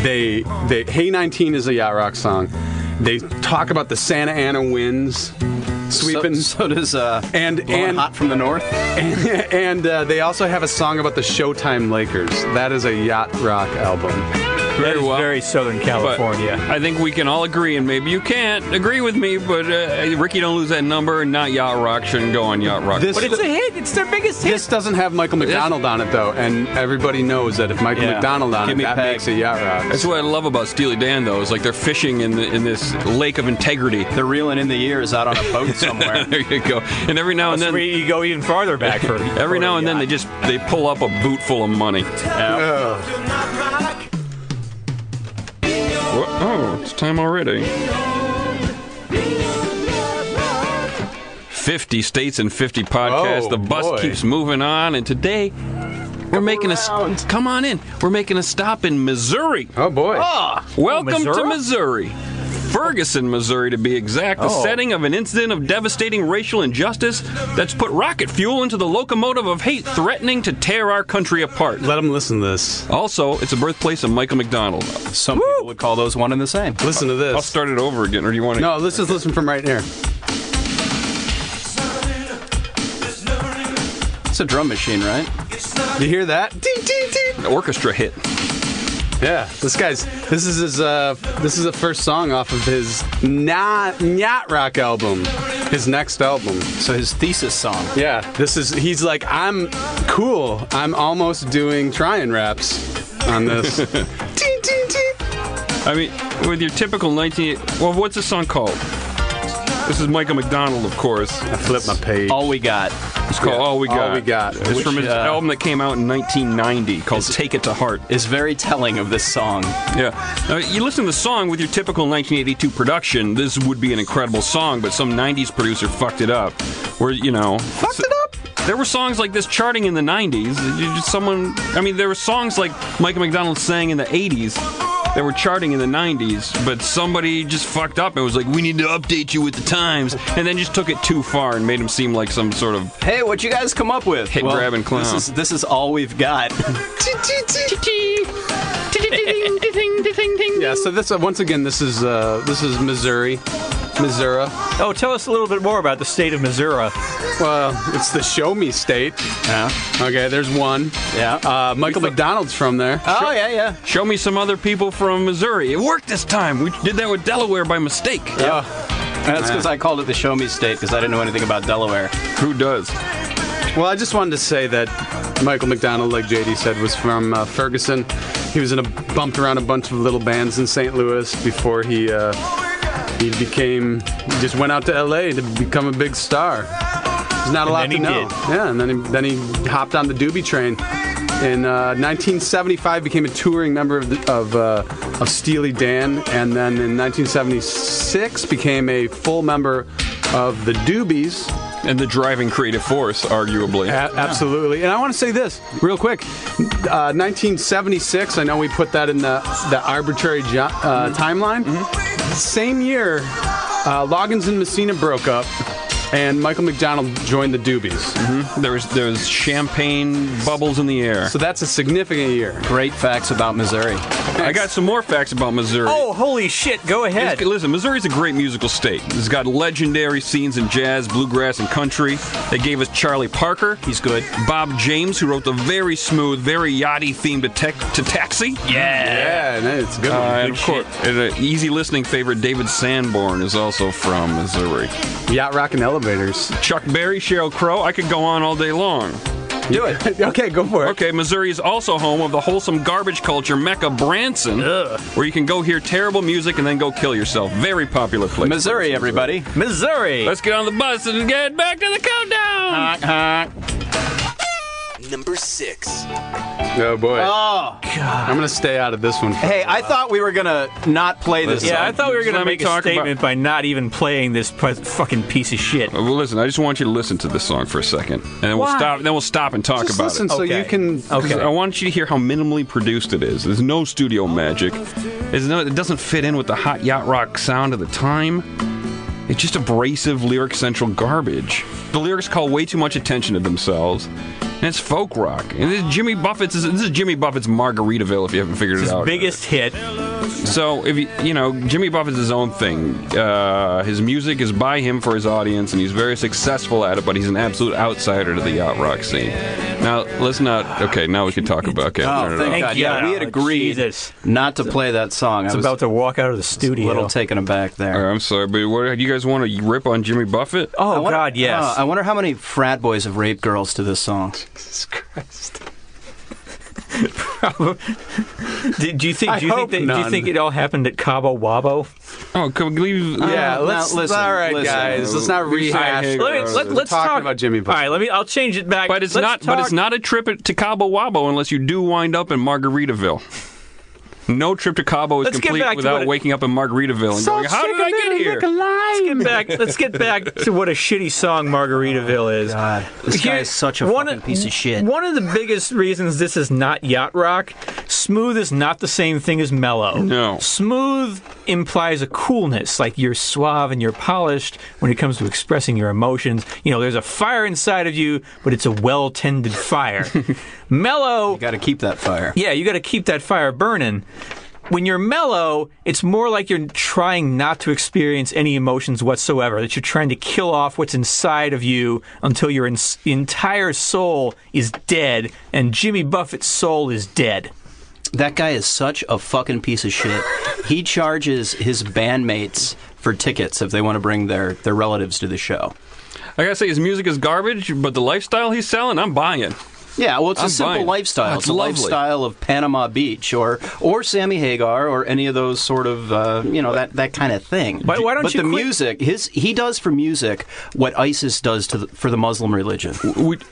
[SPEAKER 3] They they Hey 19 is a yacht rock song. They talk about the Santa Ana winds sweeping.
[SPEAKER 5] So, so does uh,
[SPEAKER 3] and
[SPEAKER 5] Blowing
[SPEAKER 3] and
[SPEAKER 5] hot from the north.
[SPEAKER 3] and, and uh, they also have a song about the Showtime Lakers. That is a yacht rock album.
[SPEAKER 2] That
[SPEAKER 4] Very
[SPEAKER 2] is
[SPEAKER 4] well.
[SPEAKER 2] very Southern
[SPEAKER 4] But
[SPEAKER 2] California.
[SPEAKER 4] I think we can all agree, and maybe you can't agree with me, but uh, Ricky, don't lose that number. Not yacht rock shouldn't go on yacht rock.
[SPEAKER 3] This
[SPEAKER 2] but it's a hit. It's their biggest hit.
[SPEAKER 3] This doesn't have Michael McDonald on it though, and everybody knows that if Michael
[SPEAKER 5] Yeah.
[SPEAKER 3] McDonald on
[SPEAKER 5] Give
[SPEAKER 3] it,
[SPEAKER 5] me
[SPEAKER 3] that
[SPEAKER 5] Peg.
[SPEAKER 3] makes a yacht rock.
[SPEAKER 4] that's what I love about Steely Dan, though, is like they're fishing in, the, in this lake of integrity. (laughs)
[SPEAKER 5] They're reeling in the years out on a boat somewhere.
[SPEAKER 4] there you go. And every now and
[SPEAKER 2] That's
[SPEAKER 4] then,
[SPEAKER 2] where you go even farther back for
[SPEAKER 4] (laughs) Every now and then they
[SPEAKER 2] yacht.
[SPEAKER 4] just they pull up a boot full of money. Wha- Oh, it's time already. 50 states and 50 podcasts.
[SPEAKER 3] Oh,
[SPEAKER 4] the bus
[SPEAKER 3] boy.
[SPEAKER 4] keeps moving on and today we're making a s-
[SPEAKER 5] around.
[SPEAKER 4] Come on in. We're making a stop in Missouri.
[SPEAKER 3] (laughs) Oh boy!
[SPEAKER 4] Welcome to
[SPEAKER 2] Missouri?
[SPEAKER 4] Missouri. Oh. Ferguson, Missouri, to be exact, the setting of an incident of devastating racial injustice that's put rocket fuel into the locomotive of hate threatening to tear our country apart.
[SPEAKER 3] Let them listen to this.
[SPEAKER 4] Also, it's the birthplace of Michael McDonald.
[SPEAKER 5] Some people would call those one and the same.
[SPEAKER 3] Listen to this.
[SPEAKER 4] I'll start it over again, or do you want to?
[SPEAKER 3] No, let's just listen from right here.
[SPEAKER 5] It's a drum machine, right?
[SPEAKER 3] You hear that? Dee, dee, dee.
[SPEAKER 4] Orchestra hit.
[SPEAKER 3] Yeah, this guy's. This is his. Uh, this is the first song off of his not yacht rock album. his next album.
[SPEAKER 5] So his thesis song.
[SPEAKER 3] Yeah, this is. He's like, I'm cool. I'm almost doing trying raps on this. Teen, teen, teen.
[SPEAKER 4] I mean, with your typical 19. Well, what's the song called? This is Michael McDonald, of course.
[SPEAKER 3] (laughs) I flip my page.
[SPEAKER 5] All we got.
[SPEAKER 4] It's called All We
[SPEAKER 3] All
[SPEAKER 4] Got.
[SPEAKER 3] We Got.
[SPEAKER 4] It's
[SPEAKER 3] Which,
[SPEAKER 4] from his
[SPEAKER 5] uh,
[SPEAKER 4] album that came out in 1990 called Take It to Heart.
[SPEAKER 5] Is very telling of this song.
[SPEAKER 4] Yeah. Now, you listen to the song with your typical 1982 production, this would be an incredible song, but some 90s producer fucked it up. Where, you know. Fucked it up? There were songs like this charting in the 90s. You just- someone, I mean, there were songs like Michael McDonald sang in the 80s that were charting in the 90s, but somebody just fucked up and was like, we need to update you with the times, and then just took it too far and made him seem like some sort of
[SPEAKER 5] Hey, what you guys come up with?
[SPEAKER 4] Hit, grab, and clown.
[SPEAKER 5] This is this is all we've (laughs) got.
[SPEAKER 3] Yeah. So this uh, once again, this is uh, this is Missouri, Missouri.
[SPEAKER 2] Oh, tell us a little bit more about the state of Missouri.
[SPEAKER 4] Oh,
[SPEAKER 3] Well, it's the Show Me State.
[SPEAKER 5] yeah.
[SPEAKER 3] Okay, there's one.
[SPEAKER 5] Yeah.
[SPEAKER 3] Uh, Michael McDonald's from there.
[SPEAKER 5] oh yeah, yeah.
[SPEAKER 4] Show me some other people from Missouri. It worked this time. We did that with Delaware by mistake.
[SPEAKER 3] Uh,
[SPEAKER 5] That's because I called it the Show Me State because I didn't know anything about Delaware.
[SPEAKER 4] Who does?
[SPEAKER 3] well, I just wanted to say that Michael McDonald, like JD said, was from uh, Ferguson. He was in a bumped around a bunch of little bands in St. Louis before he uh, he became he just went out to LA to become a big star. There's not a lot
[SPEAKER 2] then
[SPEAKER 3] to
[SPEAKER 2] he
[SPEAKER 3] know.
[SPEAKER 2] did.
[SPEAKER 3] Yeah, and then he, then he hopped on the Doobie Train. In uh, 1975, became a touring member of the, of, uh, of Steely Dan, and then in 1976 became a full member of the Doobies.
[SPEAKER 4] And the driving creative force, arguably.
[SPEAKER 3] A- absolutely. And I want to say this real quick. Uh, 1976, I know we put that in the, the arbitrary jo- uh, timeline. Same year, uh, Loggins and Messina broke up, and Michael McDonald joined the Doobies.
[SPEAKER 4] There was there was champagne bubbles in the air.
[SPEAKER 3] So that's a significant year.
[SPEAKER 5] Great facts about Missouri.
[SPEAKER 4] I got some more facts about Missouri.
[SPEAKER 2] Oh, holy shit! Go ahead.
[SPEAKER 4] It's- Listen, Missouri's a great musical state. It's got legendary scenes in jazz, bluegrass, and country. They gave us Charlie Parker. He's good. Bob James, who wrote the very smooth, very yachty themed Attack to Taxi.
[SPEAKER 3] Yeah, no, it's a good.
[SPEAKER 4] Uh,
[SPEAKER 3] one.
[SPEAKER 4] and of course, and an easy listening favorite, David Sanborn, is also from Missouri.
[SPEAKER 3] Yacht Rock and Elevators.
[SPEAKER 4] Chuck Berry, Cheryl Crow. I could go on all day long.
[SPEAKER 3] Do it. (laughs) okay, go for it.
[SPEAKER 4] Okay, Missouri is also home of the wholesome garbage culture Mecca Branson, where you can go hear terrible music and then go kill yourself. Very popular place.
[SPEAKER 5] Missouri, everybody.
[SPEAKER 2] Missouri.
[SPEAKER 4] Let's get on the bus and get back to the countdown.
[SPEAKER 6] Number six.
[SPEAKER 3] Oh boy.
[SPEAKER 5] Oh,
[SPEAKER 3] I'm gonna stay out of this one.
[SPEAKER 5] hey, I thought we were gonna not play this.
[SPEAKER 2] yeah,
[SPEAKER 5] song.
[SPEAKER 2] I thought we were
[SPEAKER 4] Let
[SPEAKER 2] gonna
[SPEAKER 4] me
[SPEAKER 2] make a
[SPEAKER 4] talk about-
[SPEAKER 2] statement by not even playing this pres- fucking piece of shit.
[SPEAKER 4] Uh, Well, listen, I just want you to listen to this song for a second, and then
[SPEAKER 2] Why?
[SPEAKER 4] we'll stop. Then we'll stop and talk
[SPEAKER 3] Just
[SPEAKER 4] about
[SPEAKER 3] listen
[SPEAKER 4] it.
[SPEAKER 3] so
[SPEAKER 2] Okay.
[SPEAKER 3] you can.
[SPEAKER 2] Okay.
[SPEAKER 4] I want you to hear how minimally produced it is. There's no studio magic. There's no, it doesn't fit in with the hot yacht rock sound of the time. It's just abrasive lyric central garbage. The lyrics call way too much attention to themselves. And it's folk rock. And this is Jimmy Buffett's this is Jimmy Buffett's Margaritaville if you haven't figured
[SPEAKER 2] His
[SPEAKER 4] it out.
[SPEAKER 2] biggest hit.
[SPEAKER 4] So if you, you know, Jimmy Buffett's his own thing. Uh, his music is by him for his audience, and he's very successful at it. But he's an absolute outsider to the yacht rock scene. Now let's not. Okay, now we can talk about. Okay,
[SPEAKER 5] Oh,
[SPEAKER 4] no, no, no.
[SPEAKER 5] thank
[SPEAKER 2] Thank
[SPEAKER 5] God. Yeah,
[SPEAKER 2] you.
[SPEAKER 5] we had agreed
[SPEAKER 2] Jesus.
[SPEAKER 5] not to play that song. I was
[SPEAKER 2] About to walk out of the
[SPEAKER 5] a
[SPEAKER 2] studio.
[SPEAKER 5] little taken aback
[SPEAKER 4] All
[SPEAKER 5] there.
[SPEAKER 4] right, I'm sorry, but what do you guys want to rip on Jimmy Buffett?
[SPEAKER 2] oh
[SPEAKER 5] I wonder-
[SPEAKER 2] God, yes.
[SPEAKER 5] uh, I wonder how many frat boys have raped girls to this song.
[SPEAKER 2] Did- do you think?
[SPEAKER 3] I
[SPEAKER 2] Do you
[SPEAKER 3] hope
[SPEAKER 2] think? That, do you
[SPEAKER 3] none.
[SPEAKER 2] think it all happened at Cabo Wabo?
[SPEAKER 4] Oh, come leave.
[SPEAKER 3] Yeah,
[SPEAKER 5] Uh,
[SPEAKER 3] let's.
[SPEAKER 5] now listen,
[SPEAKER 3] all right,
[SPEAKER 5] listen.
[SPEAKER 3] guys, let's not
[SPEAKER 4] We should
[SPEAKER 3] rehash.
[SPEAKER 4] hang
[SPEAKER 2] Let me,
[SPEAKER 4] Uh,
[SPEAKER 2] let, let's
[SPEAKER 3] talking
[SPEAKER 2] talk
[SPEAKER 3] about Jimmy Buffett.
[SPEAKER 2] All right, let me. I'll change it back.
[SPEAKER 4] But it's
[SPEAKER 2] Let's
[SPEAKER 4] not. But it's
[SPEAKER 2] talk-
[SPEAKER 4] not a trip to Cabo Wabo unless you do wind up in Margaritaville. No trip to Cabo is
[SPEAKER 2] Let's get back
[SPEAKER 4] complete
[SPEAKER 2] to
[SPEAKER 4] without
[SPEAKER 2] what-
[SPEAKER 4] waking up in Margaritaville and going, "How did I get here?"
[SPEAKER 2] Let's get back. Let's get back to what a shitty song Margaritaville is.
[SPEAKER 5] God, this guy
[SPEAKER 2] Here-
[SPEAKER 5] is such a
[SPEAKER 2] one
[SPEAKER 5] fucking piece of shit.
[SPEAKER 2] One of the biggest reasons this is not yacht rock, smooth is not the same thing as mellow.
[SPEAKER 4] No.
[SPEAKER 2] Smooth implies a coolness, like you're suave and you're polished when it comes to expressing your emotions. You know, there's a fire inside of you, but it's a well tended fire. mellow
[SPEAKER 5] Got to keep that fire.
[SPEAKER 2] (laughs) yeah, you got to keep that fire burning. When you're mellow, it's more like you're trying not to experience any emotions whatsoever, that you're trying to kill off what's inside of you until your en- entire soul is dead, and Jimmy Buffett's soul is dead.
[SPEAKER 5] That guy is such a fucking piece of shit. He charges his bandmates for tickets if they want to bring their, their relatives to the show.
[SPEAKER 4] I gotta say, his music is garbage, but the lifestyle he's selling, I'm buying it.
[SPEAKER 5] Yeah, well, it's
[SPEAKER 4] I'm
[SPEAKER 5] a simple
[SPEAKER 4] buying it.
[SPEAKER 5] lifestyle.
[SPEAKER 4] Oh,
[SPEAKER 5] it's
[SPEAKER 4] it's
[SPEAKER 5] a
[SPEAKER 4] lovely.
[SPEAKER 5] lifestyle of Panama Beach or or Sammy Hagar or any of those sort of uh, you know that, that kind of thing.
[SPEAKER 2] Why- why don't
[SPEAKER 5] but
[SPEAKER 2] you
[SPEAKER 5] the
[SPEAKER 2] quit-
[SPEAKER 5] music? His he does for music what ISIS does to the, for the Muslim religion.
[SPEAKER 4] Which,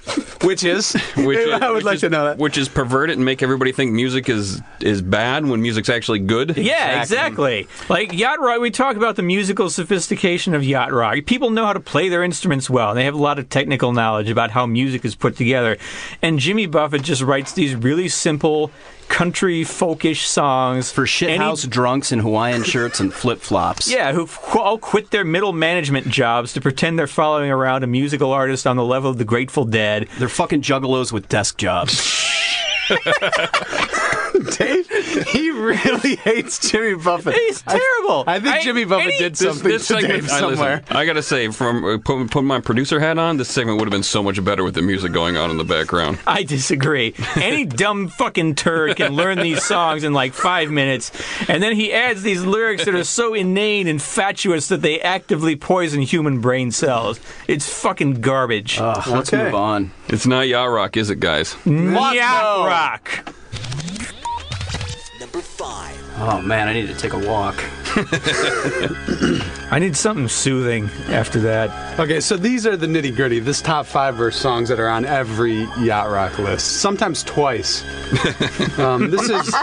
[SPEAKER 3] Which is,
[SPEAKER 4] which is-
[SPEAKER 3] (laughs) I would
[SPEAKER 4] which
[SPEAKER 3] like
[SPEAKER 4] is-
[SPEAKER 3] to know that.
[SPEAKER 4] Which is perverted and make everybody think music is is bad when music's actually good.
[SPEAKER 2] Yeah, exactly. Like yacht rock, we talk about the musical sophistication of yacht rock. People know how to play their instruments well. and They have a lot of technical knowledge about how music is put together. And Jimmy Buffett just writes these really simple country folkish songs
[SPEAKER 5] for
[SPEAKER 2] Any-
[SPEAKER 5] shithouse drunks
[SPEAKER 2] (laughs)
[SPEAKER 5] in Hawaiian shirts and flip flops.
[SPEAKER 2] Yeah, who qu- all quit their middle management jobs to pretend they're following around a musical artist on the level of the Grateful Dead.
[SPEAKER 5] They're fucking juggalos with
[SPEAKER 2] (laughs)
[SPEAKER 5] desk jobs.
[SPEAKER 3] (laughs) Dave, he really (laughs) hates Jimmy Buffett.
[SPEAKER 2] He's
[SPEAKER 3] I-
[SPEAKER 2] terrible.
[SPEAKER 3] I, think
[SPEAKER 2] I-
[SPEAKER 3] Jimmy Buffett
[SPEAKER 2] any-
[SPEAKER 3] did
[SPEAKER 2] This-
[SPEAKER 3] something to Dave
[SPEAKER 4] I, listen,
[SPEAKER 3] somewhere.
[SPEAKER 4] I gotta say, from uh, put, put my producer hat on, this segment would have been so much better with the music going on in the background.
[SPEAKER 2] I disagree. Any dumb fucking turd can learn these songs in like five minutes, and then he adds these lyrics that are so inane and fatuous that they actively poison human brain cells. It's fucking garbage.
[SPEAKER 5] Ugh, Let's
[SPEAKER 3] Okay.
[SPEAKER 5] move on.
[SPEAKER 4] It's not yacht rock, is it, guys?
[SPEAKER 2] Yacht
[SPEAKER 3] no.
[SPEAKER 2] rock.
[SPEAKER 6] Number five.
[SPEAKER 5] Oh man, I need to take a walk.
[SPEAKER 2] I need something soothing after that.
[SPEAKER 3] Okay, so these are the nitty gritty. This top five verse songs that are on every yacht rock list, sometimes
[SPEAKER 2] (laughs)
[SPEAKER 3] twice. um, this is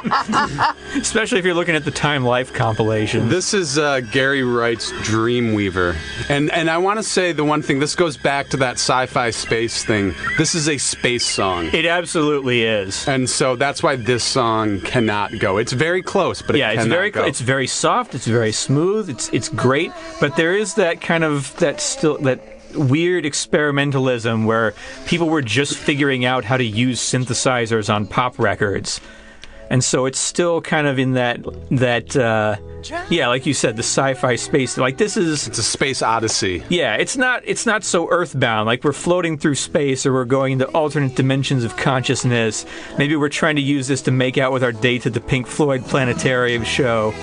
[SPEAKER 2] Especially if you're looking at the Time Life compilation.
[SPEAKER 3] this is uh, Gary Wright's Dreamweaver, and and I want to say the one thing. This goes back to that sci-fi space thing. This is a space song.
[SPEAKER 2] It absolutely is.
[SPEAKER 3] And so that's why this song cannot go. It's very close, but it
[SPEAKER 2] Yeah, it's
[SPEAKER 3] cannot
[SPEAKER 2] very
[SPEAKER 3] go.
[SPEAKER 2] it's very soft, it's very smooth, it's it's great, but there is that kind of that still that weird experimentalism where people were just figuring out how to use synthesizers on pop records. And so it's still kind of in that that uh, yeah, like you said, the sci-fi space. Like this is
[SPEAKER 3] It's a space odyssey.
[SPEAKER 2] yeah, it's not it's not so earthbound. Like we're floating through space or we're going into alternate dimensions of consciousness. Maybe we're trying to use this to make out with our date at the Pink Floyd Planetarium show.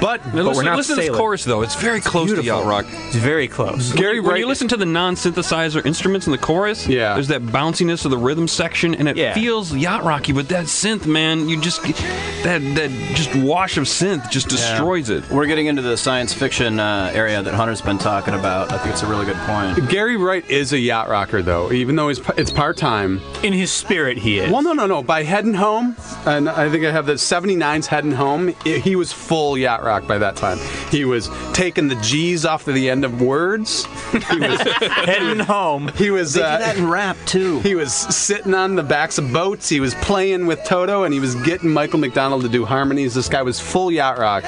[SPEAKER 3] But
[SPEAKER 4] Now,
[SPEAKER 2] But
[SPEAKER 4] listen,
[SPEAKER 2] we're not
[SPEAKER 4] listen to this
[SPEAKER 2] sailing.
[SPEAKER 4] chorus though; it's very close to
[SPEAKER 2] Beautiful.
[SPEAKER 4] yacht rock.
[SPEAKER 2] It's very close.
[SPEAKER 3] Gary
[SPEAKER 4] when
[SPEAKER 3] Wright.
[SPEAKER 4] you listen to the non-synthesizer instruments in the chorus,
[SPEAKER 3] Yeah.
[SPEAKER 4] there's that bounciness of the rhythm section, and it
[SPEAKER 2] Yeah.
[SPEAKER 4] feels yacht rocky. But that synth, man, you just that that just wash of synth just destroys it.
[SPEAKER 5] We're getting into the science fiction uh, area that Hunter's been talking about. I think it's a really good point.
[SPEAKER 3] Gary Wright is a yacht rocker, though, even though he's p- it's part time.
[SPEAKER 2] In his spirit, he is.
[SPEAKER 3] Well, no, no, no. By heading home, and I think I have the 79's heading home, i he was full yacht rock by that time. He was taking the G's off of the end of words. He was.
[SPEAKER 2] Heading home.
[SPEAKER 3] he was
[SPEAKER 5] They do that
[SPEAKER 3] uh,
[SPEAKER 5] in rap too.
[SPEAKER 3] he was sitting on the backs of boats. He was playing with Toto, and he was getting Michael McDonald to do harmonies. This guy was full yacht rock.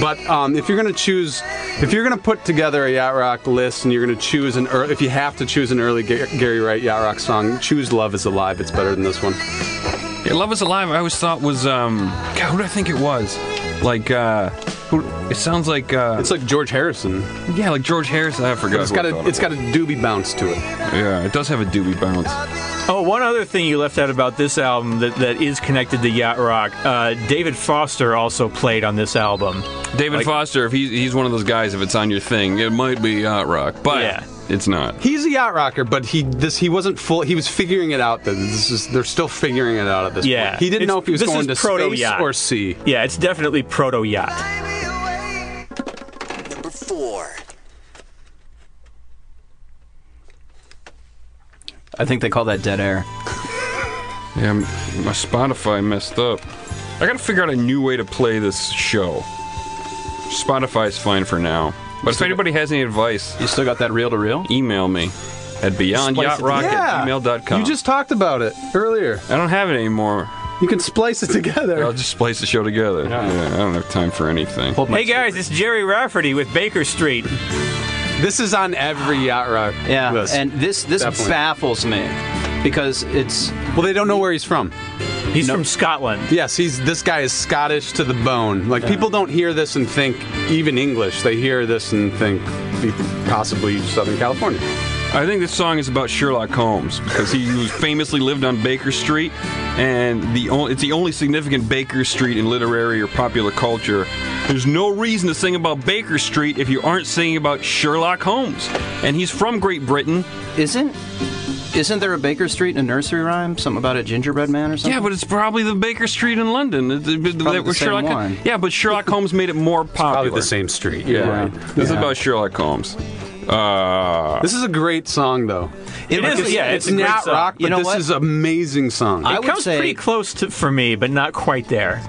[SPEAKER 3] But um, if you're gonna choose, if you're gonna put together a yacht rock list, and you're gonna choose an early, if you have to choose an early Ga- Gary Wright yacht rock song, choose "Love Is Alive." It's better than this one.
[SPEAKER 4] Yeah, Love Is Alive, I always thought was um, God, who did I think it was? Like, uh, who, it sounds like uh,
[SPEAKER 3] It's like George Harrison.
[SPEAKER 4] yeah, like George Harrison. I forgot.
[SPEAKER 3] It's
[SPEAKER 4] who
[SPEAKER 3] got
[SPEAKER 4] I
[SPEAKER 3] a
[SPEAKER 4] thought
[SPEAKER 3] it's
[SPEAKER 4] it
[SPEAKER 3] got a doobie bounce to it.
[SPEAKER 4] was. yeah, it does have a doobie bounce.
[SPEAKER 2] Oh, one other thing you left out about this album that, that is connected to Yacht Rock. Uh, David Foster also played on this album.
[SPEAKER 4] David Foster, if he's he's one of those guys, if it's on your thing, it might be yacht rock, but
[SPEAKER 2] Yeah.
[SPEAKER 4] it's not.
[SPEAKER 3] He's a yacht rocker, but he this he wasn't full. He was figuring it out. That this is they're still figuring it out at this
[SPEAKER 2] Yeah.
[SPEAKER 3] point. He didn't
[SPEAKER 2] It's-
[SPEAKER 3] know if he was
[SPEAKER 2] this
[SPEAKER 3] going
[SPEAKER 2] is
[SPEAKER 3] to
[SPEAKER 2] proto
[SPEAKER 3] space
[SPEAKER 2] yacht.
[SPEAKER 3] or sea.
[SPEAKER 2] Yeah, it's definitely proto yacht.
[SPEAKER 6] Number four.
[SPEAKER 5] I think they call that dead air.
[SPEAKER 4] Yeah, m- my Spotify messed up. I gotta figure out a new way to play this show. Spotify's fine for now. But if anybody has any advice,
[SPEAKER 5] You still got that reel to reel?
[SPEAKER 4] email me at beyondyachtrock
[SPEAKER 3] Yeah.
[SPEAKER 4] at gmail.com.
[SPEAKER 3] You just talked about it earlier.
[SPEAKER 4] I don't have it anymore.
[SPEAKER 3] You can splice it together.
[SPEAKER 4] I'll just splice the show together. Yeah, I don't have time for anything.
[SPEAKER 2] Hey guys, it's Jerry Rafferty with Baker Street.
[SPEAKER 3] This is on every yacht rock.
[SPEAKER 5] Yeah,
[SPEAKER 3] list.
[SPEAKER 5] and this this
[SPEAKER 3] Definitely.
[SPEAKER 5] baffles me because it's
[SPEAKER 3] well, they don't know where he's from.
[SPEAKER 2] He's from Scotland.
[SPEAKER 3] Yes, he's this guy is Scottish to the bone. Like people don't hear this and think even English. They hear this and think possibly Southern California.
[SPEAKER 4] I think this song is about Sherlock Holmes because he was famously lived on Baker Street and the only, it's the only significant Baker Street in literary or popular culture. There's no reason to sing about Baker Street if you aren't singing about Sherlock Holmes, and he's from Great Britain.
[SPEAKER 5] Isn't isn't there a Baker Street and a nursery rhyme? Something about a gingerbread man or something?
[SPEAKER 4] Yeah, but it's probably the Baker Street in London. It- it- that
[SPEAKER 5] probably the
[SPEAKER 4] was
[SPEAKER 5] same
[SPEAKER 4] Sherlock-
[SPEAKER 5] one.
[SPEAKER 4] Yeah, but Sherlock Holmes made it more popular.
[SPEAKER 3] Probably the same street.
[SPEAKER 4] Yeah,
[SPEAKER 3] Yeah.
[SPEAKER 4] this is about Sherlock Holmes. Uh,
[SPEAKER 3] This is a great song, though.
[SPEAKER 2] It is. yeah, it's,
[SPEAKER 3] It's,
[SPEAKER 2] a great
[SPEAKER 3] not
[SPEAKER 2] song.
[SPEAKER 3] rock, but
[SPEAKER 5] You know
[SPEAKER 3] this
[SPEAKER 5] what?
[SPEAKER 3] is amazing song.
[SPEAKER 5] I
[SPEAKER 2] It
[SPEAKER 5] would
[SPEAKER 2] comes
[SPEAKER 5] say-
[SPEAKER 2] pretty close to, for me, but not quite there.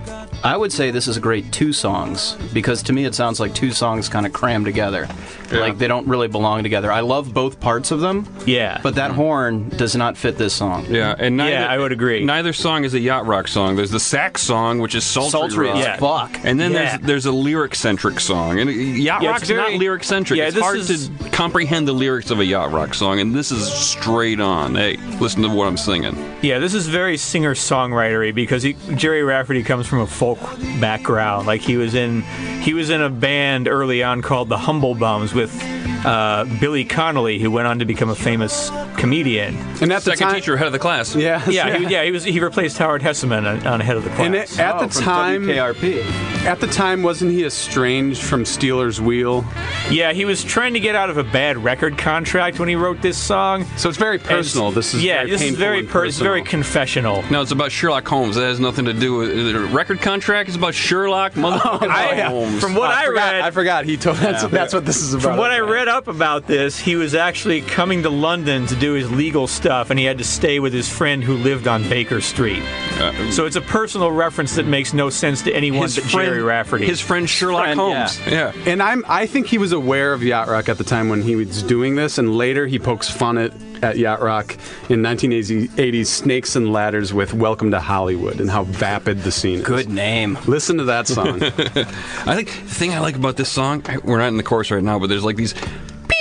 [SPEAKER 5] I would say this is a great two songs because to me it sounds like two songs kind of crammed together. Like they don't really belong together. I love both parts of them.
[SPEAKER 2] Yeah.
[SPEAKER 5] But that horn does not fit this song.
[SPEAKER 4] yeah, and neither,
[SPEAKER 2] Yeah, I would agree.
[SPEAKER 4] Neither song is a yacht rock song. There's the sax song, which is sultry,
[SPEAKER 5] Sultry
[SPEAKER 4] rock.
[SPEAKER 5] as
[SPEAKER 2] Yeah.
[SPEAKER 5] fuck.
[SPEAKER 4] And then
[SPEAKER 2] Yeah.
[SPEAKER 4] there's there's a lyric centric song, and uh, yacht
[SPEAKER 2] Yeah, it's
[SPEAKER 4] rock's
[SPEAKER 2] very-
[SPEAKER 4] not lyric centric.
[SPEAKER 2] Yeah,
[SPEAKER 4] it's
[SPEAKER 2] this
[SPEAKER 4] hard
[SPEAKER 2] is-
[SPEAKER 4] to comprehend the lyrics of a yacht rock song, and this is straight on. Hey, listen to what I'm singing.
[SPEAKER 2] Yeah, this is very singer songwritery because he, Jerry Rafferty comes from a folk background. Like he was in he was in a band early on called the Humble Bums with uh, Billy Connolly, who went on to become a famous comedian.
[SPEAKER 3] and at
[SPEAKER 4] Second
[SPEAKER 3] the time,
[SPEAKER 4] teacher, head of the class.
[SPEAKER 3] Yeah,
[SPEAKER 2] Yeah, he, yeah, he was he replaced Howard Hesseman on, on Head of the Class.
[SPEAKER 3] And it, at
[SPEAKER 5] Oh,
[SPEAKER 3] the
[SPEAKER 5] from
[SPEAKER 3] time,
[SPEAKER 5] WKRP.
[SPEAKER 3] at the time, wasn't he estranged from Steelers Wheel?
[SPEAKER 2] yeah, he was trying to get out of a bad record contract when he wrote this song.
[SPEAKER 3] So it's very
[SPEAKER 2] And-
[SPEAKER 3] personal. this is
[SPEAKER 2] yeah,
[SPEAKER 3] very
[SPEAKER 2] this is
[SPEAKER 3] painful
[SPEAKER 2] very
[SPEAKER 3] and
[SPEAKER 2] per- it's very
[SPEAKER 3] personal.
[SPEAKER 2] confessional.
[SPEAKER 4] No, it's about Sherlock Holmes. That has nothing to do with the record contract. It's
[SPEAKER 2] (laughs)
[SPEAKER 4] about Sherlock motherfucking
[SPEAKER 2] Oh, I-
[SPEAKER 4] Holmes.
[SPEAKER 2] from what
[SPEAKER 3] I,
[SPEAKER 2] I,
[SPEAKER 3] forgot,
[SPEAKER 2] read,
[SPEAKER 3] I forgot he told. That's, that's what this is about.
[SPEAKER 2] From what I read up about this, he was actually coming to London to do his legal stuff, and he had to stay with his friend who lived on Baker Street. so it's a personal reference that makes no sense to anyone but Jerry Rafferty.
[SPEAKER 4] His friend Sherlock
[SPEAKER 5] friend,
[SPEAKER 4] Holmes. Yeah.
[SPEAKER 3] and I'm, I think he was aware of Yacht Rock at the time when he was doing this, and later he pokes fun at, at Yacht Rock in 1980s Snakes and Ladders with "Welcome to Hollywood" and how vapid the scene is.
[SPEAKER 5] Good name.
[SPEAKER 3] Listen to that
[SPEAKER 2] (laughs)
[SPEAKER 3] song.
[SPEAKER 4] I think the thing I like about this song, I- we're not in the chorus right now, but there's like these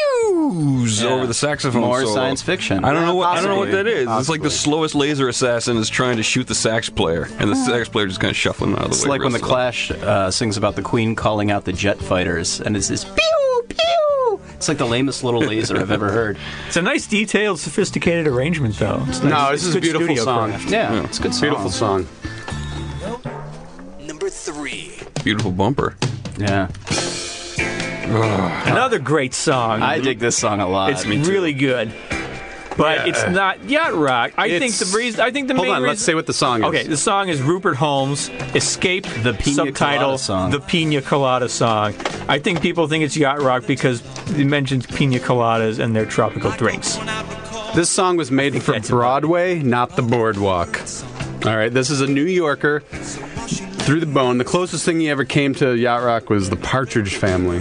[SPEAKER 4] pews
[SPEAKER 5] Yeah.
[SPEAKER 4] over the saxophone.
[SPEAKER 5] More
[SPEAKER 4] solo.
[SPEAKER 5] science fiction.
[SPEAKER 4] I don't know what I don't know what
[SPEAKER 5] Possibly.
[SPEAKER 4] that is. It's like the slowest laser assassin is trying to shoot the sax player, and the sax player just kind of shuffling out of the
[SPEAKER 5] It's
[SPEAKER 4] way.
[SPEAKER 5] like when the
[SPEAKER 4] real slow.
[SPEAKER 5] Clash uh, sings about the Queen calling out the jet fighters, and it's this pew pew. It's like the lamest little laser I've ever heard.
[SPEAKER 2] it's a nice, detailed, sophisticated arrangement, though. It's
[SPEAKER 3] no,
[SPEAKER 2] nice.
[SPEAKER 3] this
[SPEAKER 2] It's
[SPEAKER 3] is a
[SPEAKER 2] good
[SPEAKER 3] beautiful
[SPEAKER 2] studio
[SPEAKER 3] song.
[SPEAKER 2] craft.
[SPEAKER 5] Yeah, it's a good song.
[SPEAKER 3] Beautiful song.
[SPEAKER 6] Number three.
[SPEAKER 4] beautiful bumper.
[SPEAKER 5] Yeah,
[SPEAKER 2] Another great song.
[SPEAKER 5] I dig this song a lot.
[SPEAKER 2] it's really good, but it's not yacht rock. I think
[SPEAKER 3] It's-
[SPEAKER 2] the reason. I think the
[SPEAKER 3] Hold
[SPEAKER 2] main
[SPEAKER 3] on, let's
[SPEAKER 2] reason-
[SPEAKER 3] say what the song is.
[SPEAKER 2] Okay, the song is Rupert Holmes, Escape, the
[SPEAKER 5] Pina
[SPEAKER 2] subtitle,
[SPEAKER 5] Colada song.
[SPEAKER 2] The Pina Colada Song. I think people think it's yacht rock because it mentions pina coladas and their tropical drinks.
[SPEAKER 3] This song was made for
[SPEAKER 2] that's about-
[SPEAKER 3] Broadway, not the boardwalk. All right, this is a New Yorker through the bone. The closest thing he ever came to yacht rock was the Partridge Family.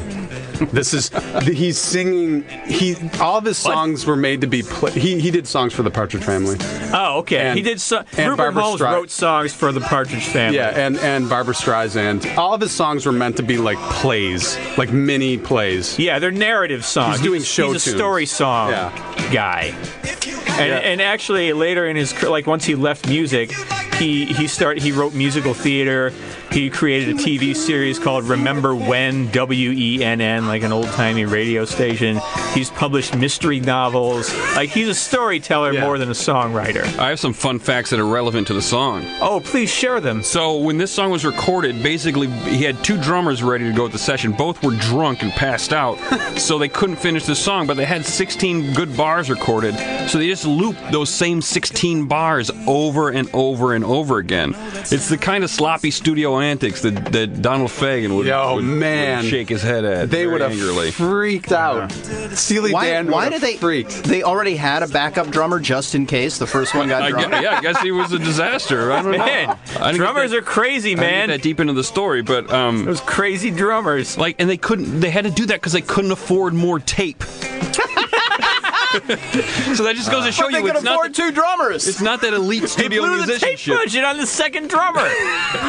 [SPEAKER 3] This is (laughs) he's singing. He all of his songs were made to be. Pla- he he did songs for the Partridge Family.
[SPEAKER 2] Oh, okay.
[SPEAKER 3] And-
[SPEAKER 2] he did. So-
[SPEAKER 3] and
[SPEAKER 2] Rupert
[SPEAKER 3] Barbra
[SPEAKER 2] Holmes
[SPEAKER 3] Streisand.
[SPEAKER 2] wrote songs for the Partridge Family.
[SPEAKER 3] Yeah, and and Barbara Streisand. All of his songs were meant to be like plays, like mini plays.
[SPEAKER 2] Yeah, they're narrative songs.
[SPEAKER 3] He's doing show
[SPEAKER 2] He's a
[SPEAKER 3] tunes.
[SPEAKER 2] story song
[SPEAKER 3] Yeah.
[SPEAKER 2] guy. And, and actually, later in his cr- like once he left music, he he start he wrote musical theater. He created a TV series called Remember When W E N N, like an old timey radio station. He's published mystery novels. Like he's a storyteller
[SPEAKER 3] Yeah.
[SPEAKER 2] more than a songwriter.
[SPEAKER 4] I have some fun facts that are relevant to the song.
[SPEAKER 2] Oh, please share them.
[SPEAKER 4] So when this song was recorded, basically he had two drummers ready to go at the session. Both were drunk and passed out, so they couldn't finish the song. But they had 16 good bars recorded, so they just looped those same 16 bars over and over and over again. It's the kind of sloppy studio antics that, that Donald Fagen would,
[SPEAKER 3] Yo,
[SPEAKER 4] would-
[SPEAKER 3] man.
[SPEAKER 4] would shake his head at.
[SPEAKER 3] They
[SPEAKER 4] very
[SPEAKER 3] would have
[SPEAKER 4] angrily.
[SPEAKER 3] freaked out. Steely
[SPEAKER 5] Why,
[SPEAKER 3] Dan.
[SPEAKER 5] why
[SPEAKER 3] would
[SPEAKER 5] did
[SPEAKER 3] have
[SPEAKER 5] they?
[SPEAKER 3] freaked?
[SPEAKER 5] They already had a backup drummer just in case the first one
[SPEAKER 4] (laughs)
[SPEAKER 5] got
[SPEAKER 4] I
[SPEAKER 5] drunk.
[SPEAKER 4] gu- yeah, I guess he was a disaster. I don't know.
[SPEAKER 2] Man,
[SPEAKER 4] I didn't get
[SPEAKER 2] drummers
[SPEAKER 4] that-
[SPEAKER 2] are crazy,
[SPEAKER 4] I didn't get
[SPEAKER 2] man.
[SPEAKER 4] that deep into the story, but um,
[SPEAKER 2] Those crazy drummers.
[SPEAKER 4] like, and they couldn't. They had to do that because they couldn't afford more tape. (laughs) so that just goes to show
[SPEAKER 5] But they
[SPEAKER 4] you
[SPEAKER 5] could
[SPEAKER 4] it's not,
[SPEAKER 5] afford
[SPEAKER 4] that,
[SPEAKER 5] two drummers
[SPEAKER 4] it's not that elite
[SPEAKER 2] They
[SPEAKER 4] studio
[SPEAKER 2] blew the tape
[SPEAKER 4] musicianship.
[SPEAKER 2] budget on the second
[SPEAKER 4] (laughs)
[SPEAKER 2] drummer.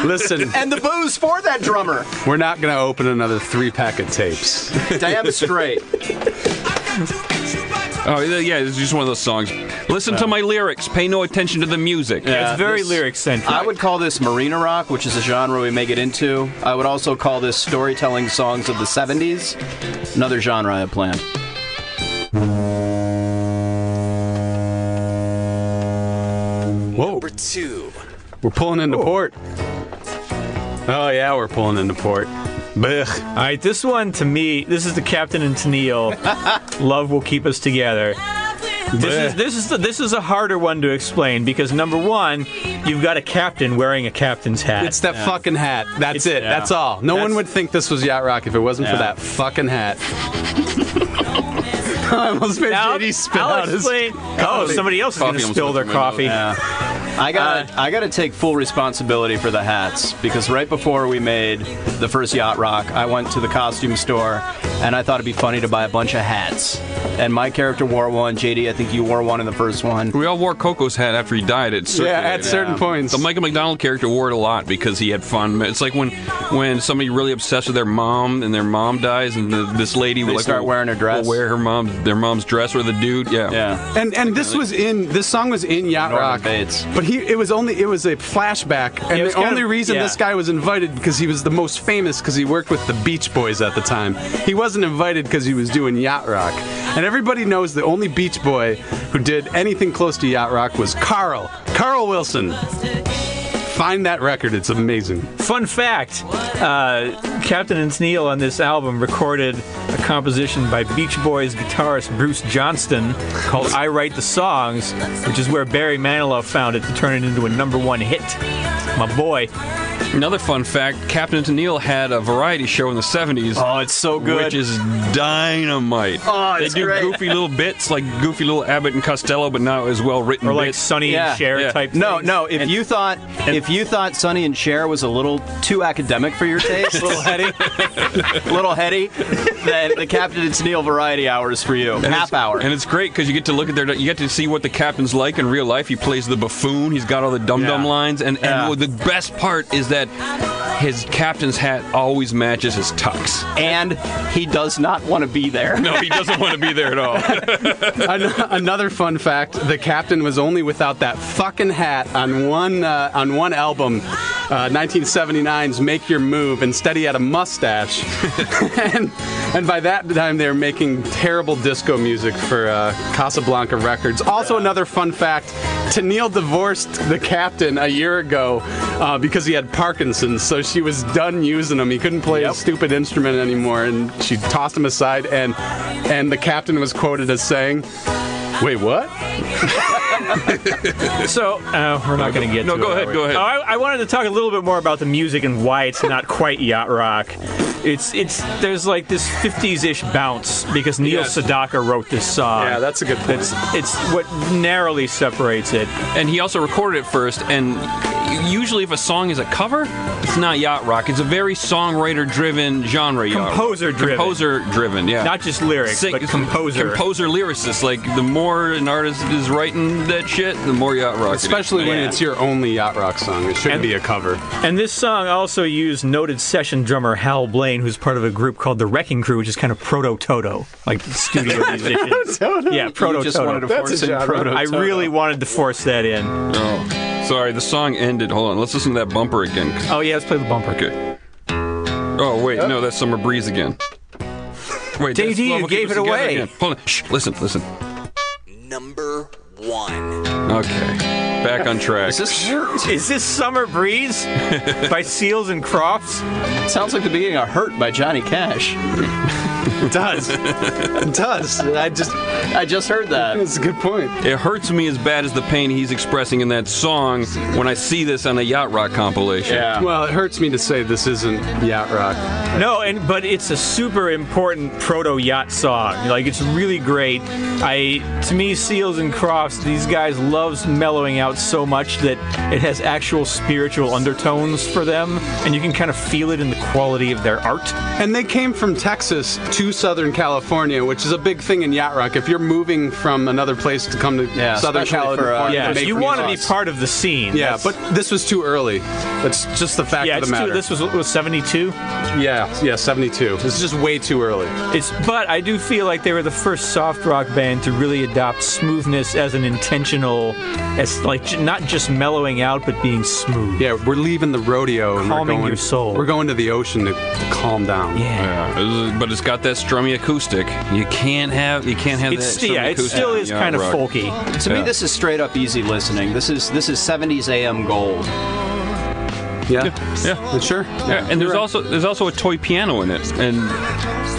[SPEAKER 3] Listen,
[SPEAKER 5] (laughs) and the booze for that drummer.
[SPEAKER 3] we're not gonna open another three pack of tapes.
[SPEAKER 5] (laughs) Damn straight.
[SPEAKER 4] Oh yeah, it's just one of those songs. Listen to my lyrics. Pay no attention to the music.
[SPEAKER 5] Yeah.
[SPEAKER 2] it's very
[SPEAKER 5] this-
[SPEAKER 2] lyric centric.
[SPEAKER 5] I would call this marina rock, which is a genre we may get into. I would also call this storytelling songs of the 70s, another genre I have planned.
[SPEAKER 3] Whoa.
[SPEAKER 6] Number two.
[SPEAKER 3] We're pulling into port. Oh yeah, we're pulling into port. Blech.
[SPEAKER 2] All right, this one to me, this is the Captain and Tennille. Love will keep us together. This is this is the, this is a harder one to explain because number one, you've got a captain wearing a captain's hat.
[SPEAKER 3] It's that fucking hat. That's
[SPEAKER 2] It's-
[SPEAKER 3] it. That's all. No one would think this was Yacht Rock if it wasn't for
[SPEAKER 5] Yeah.
[SPEAKER 3] that fucking hat. (laughs) I almost made
[SPEAKER 2] Now,
[SPEAKER 3] JD spit
[SPEAKER 2] I'll
[SPEAKER 3] out his-
[SPEAKER 2] explain. Oh, somebody else is going
[SPEAKER 4] Coffee
[SPEAKER 2] to
[SPEAKER 4] almost
[SPEAKER 2] spill
[SPEAKER 4] went
[SPEAKER 2] their
[SPEAKER 4] through my mouth.
[SPEAKER 2] coffee.
[SPEAKER 5] I got I got to take full responsibility for the hats because right before we made the first yacht rock, I went to the costume store and I thought it'd be funny to buy a bunch of hats. And my character wore one. JD, I think you wore one in the first one.
[SPEAKER 4] We all wore Coco's hat after he died. It
[SPEAKER 3] Yeah,
[SPEAKER 4] circulated.
[SPEAKER 3] at certain points.
[SPEAKER 4] The Michael McDonald character wore it a lot because he had fond. It's like when when somebody really obsessed with their mom and their mom dies, and the, this lady
[SPEAKER 5] They
[SPEAKER 4] like,
[SPEAKER 5] start
[SPEAKER 4] will-
[SPEAKER 5] wearing her dress.
[SPEAKER 4] will wear her mom their mom's dress or the dude. Yeah,
[SPEAKER 5] Yeah.
[SPEAKER 3] And and this was in this song was in Yacht
[SPEAKER 5] Norman
[SPEAKER 3] Rock,
[SPEAKER 5] Bates.
[SPEAKER 3] but he it was only it was a flashback, and
[SPEAKER 2] it was
[SPEAKER 3] the
[SPEAKER 2] kind
[SPEAKER 3] only
[SPEAKER 2] of-
[SPEAKER 3] reason
[SPEAKER 2] yeah.
[SPEAKER 3] this guy was invited because he was the most famous because he worked with the Beach Boys at the time. He wasn't invited because he was doing Yacht Rock, and everybody knows the only Beach Boy who did anything close to Yacht Rock was Carl Carl Wilson. Find that record; it's amazing.
[SPEAKER 2] Fun fact uh, Captain and Tennille on this album recorded a composition by Beach Boys guitarist Bruce Johnston called I Write the Songs, which is where Barry Manilow found it to turn it into a number one hit. My boy.
[SPEAKER 4] Another fun fact: Captain Tennille had a variety show in the '70s.
[SPEAKER 5] Oh, it's so good.
[SPEAKER 4] Which is dynamite.
[SPEAKER 5] Oh,
[SPEAKER 4] they
[SPEAKER 5] it's
[SPEAKER 4] do
[SPEAKER 5] great.
[SPEAKER 4] goofy little bits like goofy little Abbott and Costello, but not as well written.
[SPEAKER 2] Or like
[SPEAKER 4] bits.
[SPEAKER 2] Sonny
[SPEAKER 5] Yeah,
[SPEAKER 2] and Cher
[SPEAKER 4] yeah.
[SPEAKER 2] type
[SPEAKER 5] No,
[SPEAKER 2] things.
[SPEAKER 5] no. If you thought if you thought Sonny and Cher was a little too academic for
[SPEAKER 4] (laughs)
[SPEAKER 5] your taste, little heady, (laughs) little heady, then the Captain and Neil variety hour is for you. Half hour.
[SPEAKER 4] And it's great because you get to look at their, you get to see what the captain's like in real life. He plays the buffoon. He's got all the dum dum
[SPEAKER 5] Yeah.
[SPEAKER 4] lines, and
[SPEAKER 5] Yeah.
[SPEAKER 4] and the best part is that his captain's hat always matches his tux. (laughs)
[SPEAKER 5] and he does not want to be (laughs) there.
[SPEAKER 4] No, he doesn't want to be there at all.
[SPEAKER 3] An- another fun fact: the captain was only without that fucking hat on one uh, on one album, uh, 1979's "Make Your Move." Instead, he had a mustache, (laughs) and and by that time they were making terrible disco music for uh, Casablanca Records. Also, another fun fact: Tennille divorced the captain a year ago uh, because he had Parkinson's, so she was done using him. He couldn't play his stupid instrument anymore, and she tossed him aside. and And the captain was quoted as saying. Wait, what?
[SPEAKER 2] So, uh, we're not going to get
[SPEAKER 4] no,
[SPEAKER 2] to
[SPEAKER 4] go
[SPEAKER 2] it,
[SPEAKER 4] ahead,
[SPEAKER 2] are we?
[SPEAKER 4] go ahead.
[SPEAKER 2] Oh, I, I wanted to talk a little bit more about the music and why it's not quite yacht rock. It's it's there's like this 50s-ish bounce because Neil
[SPEAKER 4] Yes.
[SPEAKER 2] Sedaka wrote this song.
[SPEAKER 3] Yeah, that's a good point.
[SPEAKER 2] It's, it's what narrowly separates it.
[SPEAKER 4] and he also recorded it first. And usually, if a song is a cover, it's not yacht rock. It's a very songwriter-driven genre. yacht rock.
[SPEAKER 2] Composer-driven.
[SPEAKER 4] Composer-driven. Yeah.
[SPEAKER 2] Not just lyrics,
[SPEAKER 4] Sing-
[SPEAKER 2] but composer.
[SPEAKER 4] composer lyricist. Like the more an artist is writing that shit, the more yacht rock. it is.
[SPEAKER 3] Especially when it's your only yacht rock song. It shouldn't
[SPEAKER 2] And-
[SPEAKER 3] be a cover.
[SPEAKER 2] and this song also used noted session drummer Hal Blaine, who's part of a group called the Wrecking Crew, which is kind of proto Toto, like studio musicians. Yeah, proto
[SPEAKER 5] You just wanted to
[SPEAKER 2] Toto.
[SPEAKER 5] force in proto.
[SPEAKER 2] I really wanted to force that in.
[SPEAKER 4] Oh, sorry, the song ended. Hold on, let's listen to that bumper again. 'cause-
[SPEAKER 2] Oh yeah, let's play the bumper.
[SPEAKER 4] Okay. Oh wait, no, that's Summer Breeze again. Wait, that's
[SPEAKER 2] JD, you
[SPEAKER 4] Love Will Keep
[SPEAKER 2] gave
[SPEAKER 4] Us
[SPEAKER 2] it
[SPEAKER 4] Together
[SPEAKER 2] away.
[SPEAKER 4] again. Hold on, shh, listen, listen.
[SPEAKER 6] Number one.
[SPEAKER 4] Okay, back on track.
[SPEAKER 5] Is this
[SPEAKER 2] Is this Summer (laughs) Breeze by Seals and Crofts?
[SPEAKER 5] it sounds like the beginning of Hurt by Johnny Cash.
[SPEAKER 3] It does. it does. I just.
[SPEAKER 5] I just heard that.
[SPEAKER 3] That's a good point.
[SPEAKER 4] it hurts me as bad as the pain he's expressing in that song when I see this on a yacht rock compilation.
[SPEAKER 3] Well, it hurts me to say this isn't yacht rock.
[SPEAKER 2] No, and but it's a super important proto yacht song. Like it's really great. I to me Seals and Crofts, these guys loves mellowing out so much that it has actual spiritual undertones for them and you can kind of feel it in the quality of their art.
[SPEAKER 3] And they came from Texas to Southern California, which is a big thing in yacht rock. If you're moving from another place to come to
[SPEAKER 5] Yeah,
[SPEAKER 3] Southern
[SPEAKER 5] especially for, uh,
[SPEAKER 3] California,
[SPEAKER 2] Yeah,
[SPEAKER 3] to make
[SPEAKER 2] you want to be
[SPEAKER 3] music.
[SPEAKER 2] part of the scene.
[SPEAKER 3] Yeah,
[SPEAKER 2] That's-
[SPEAKER 3] but this was too early. That's just the fact
[SPEAKER 2] yeah,
[SPEAKER 3] of
[SPEAKER 2] it's
[SPEAKER 3] the matter.
[SPEAKER 2] too, this was was 72.
[SPEAKER 3] yeah, yeah, 72. This is just way too early.
[SPEAKER 2] It's but I do feel like they were the first soft rock band to really adopt smoothness as an intentional as like like j- not just mellowing out, but being smooth.
[SPEAKER 3] Yeah, we're leaving the rodeo. And
[SPEAKER 2] Calming
[SPEAKER 3] we're going,
[SPEAKER 2] your soul.
[SPEAKER 3] We're going to the ocean to calm down.
[SPEAKER 2] Yeah.
[SPEAKER 4] Yeah, this is- but it's got that strummy acoustic. You can't have you can't have
[SPEAKER 2] It's,
[SPEAKER 4] that. strummy
[SPEAKER 2] yeah, it
[SPEAKER 4] acoustic
[SPEAKER 2] still
[SPEAKER 4] on
[SPEAKER 2] is
[SPEAKER 4] yacht
[SPEAKER 2] kind of
[SPEAKER 4] rock.
[SPEAKER 2] folky.
[SPEAKER 5] To me,
[SPEAKER 4] Yeah.
[SPEAKER 5] this is straight up easy listening. This is this is 70s AM gold.
[SPEAKER 3] Yeah.
[SPEAKER 4] Yeah.
[SPEAKER 3] Sure.
[SPEAKER 4] Yeah, and there's
[SPEAKER 3] You're right.
[SPEAKER 4] also there's also a toy piano in it, and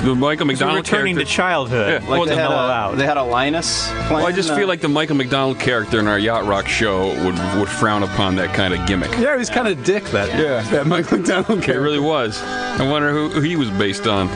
[SPEAKER 4] the Michael
[SPEAKER 2] We're
[SPEAKER 4] McDonald
[SPEAKER 2] returning
[SPEAKER 4] character.
[SPEAKER 2] to childhood.
[SPEAKER 4] Yeah.
[SPEAKER 5] Like
[SPEAKER 4] Well,
[SPEAKER 5] they,
[SPEAKER 4] to
[SPEAKER 5] had
[SPEAKER 2] mellow
[SPEAKER 5] a,
[SPEAKER 2] out.
[SPEAKER 5] they had a Linus. Playing,
[SPEAKER 4] well, I just feel
[SPEAKER 5] uh,
[SPEAKER 4] like the Michael McDonald character in our yacht rock show would would frown upon that kind of gimmick.
[SPEAKER 3] Yeah, he's kind of dick that. Yeah. That Michael McDonald
[SPEAKER 4] It
[SPEAKER 3] character.
[SPEAKER 4] really was. I wonder who, who he was based on.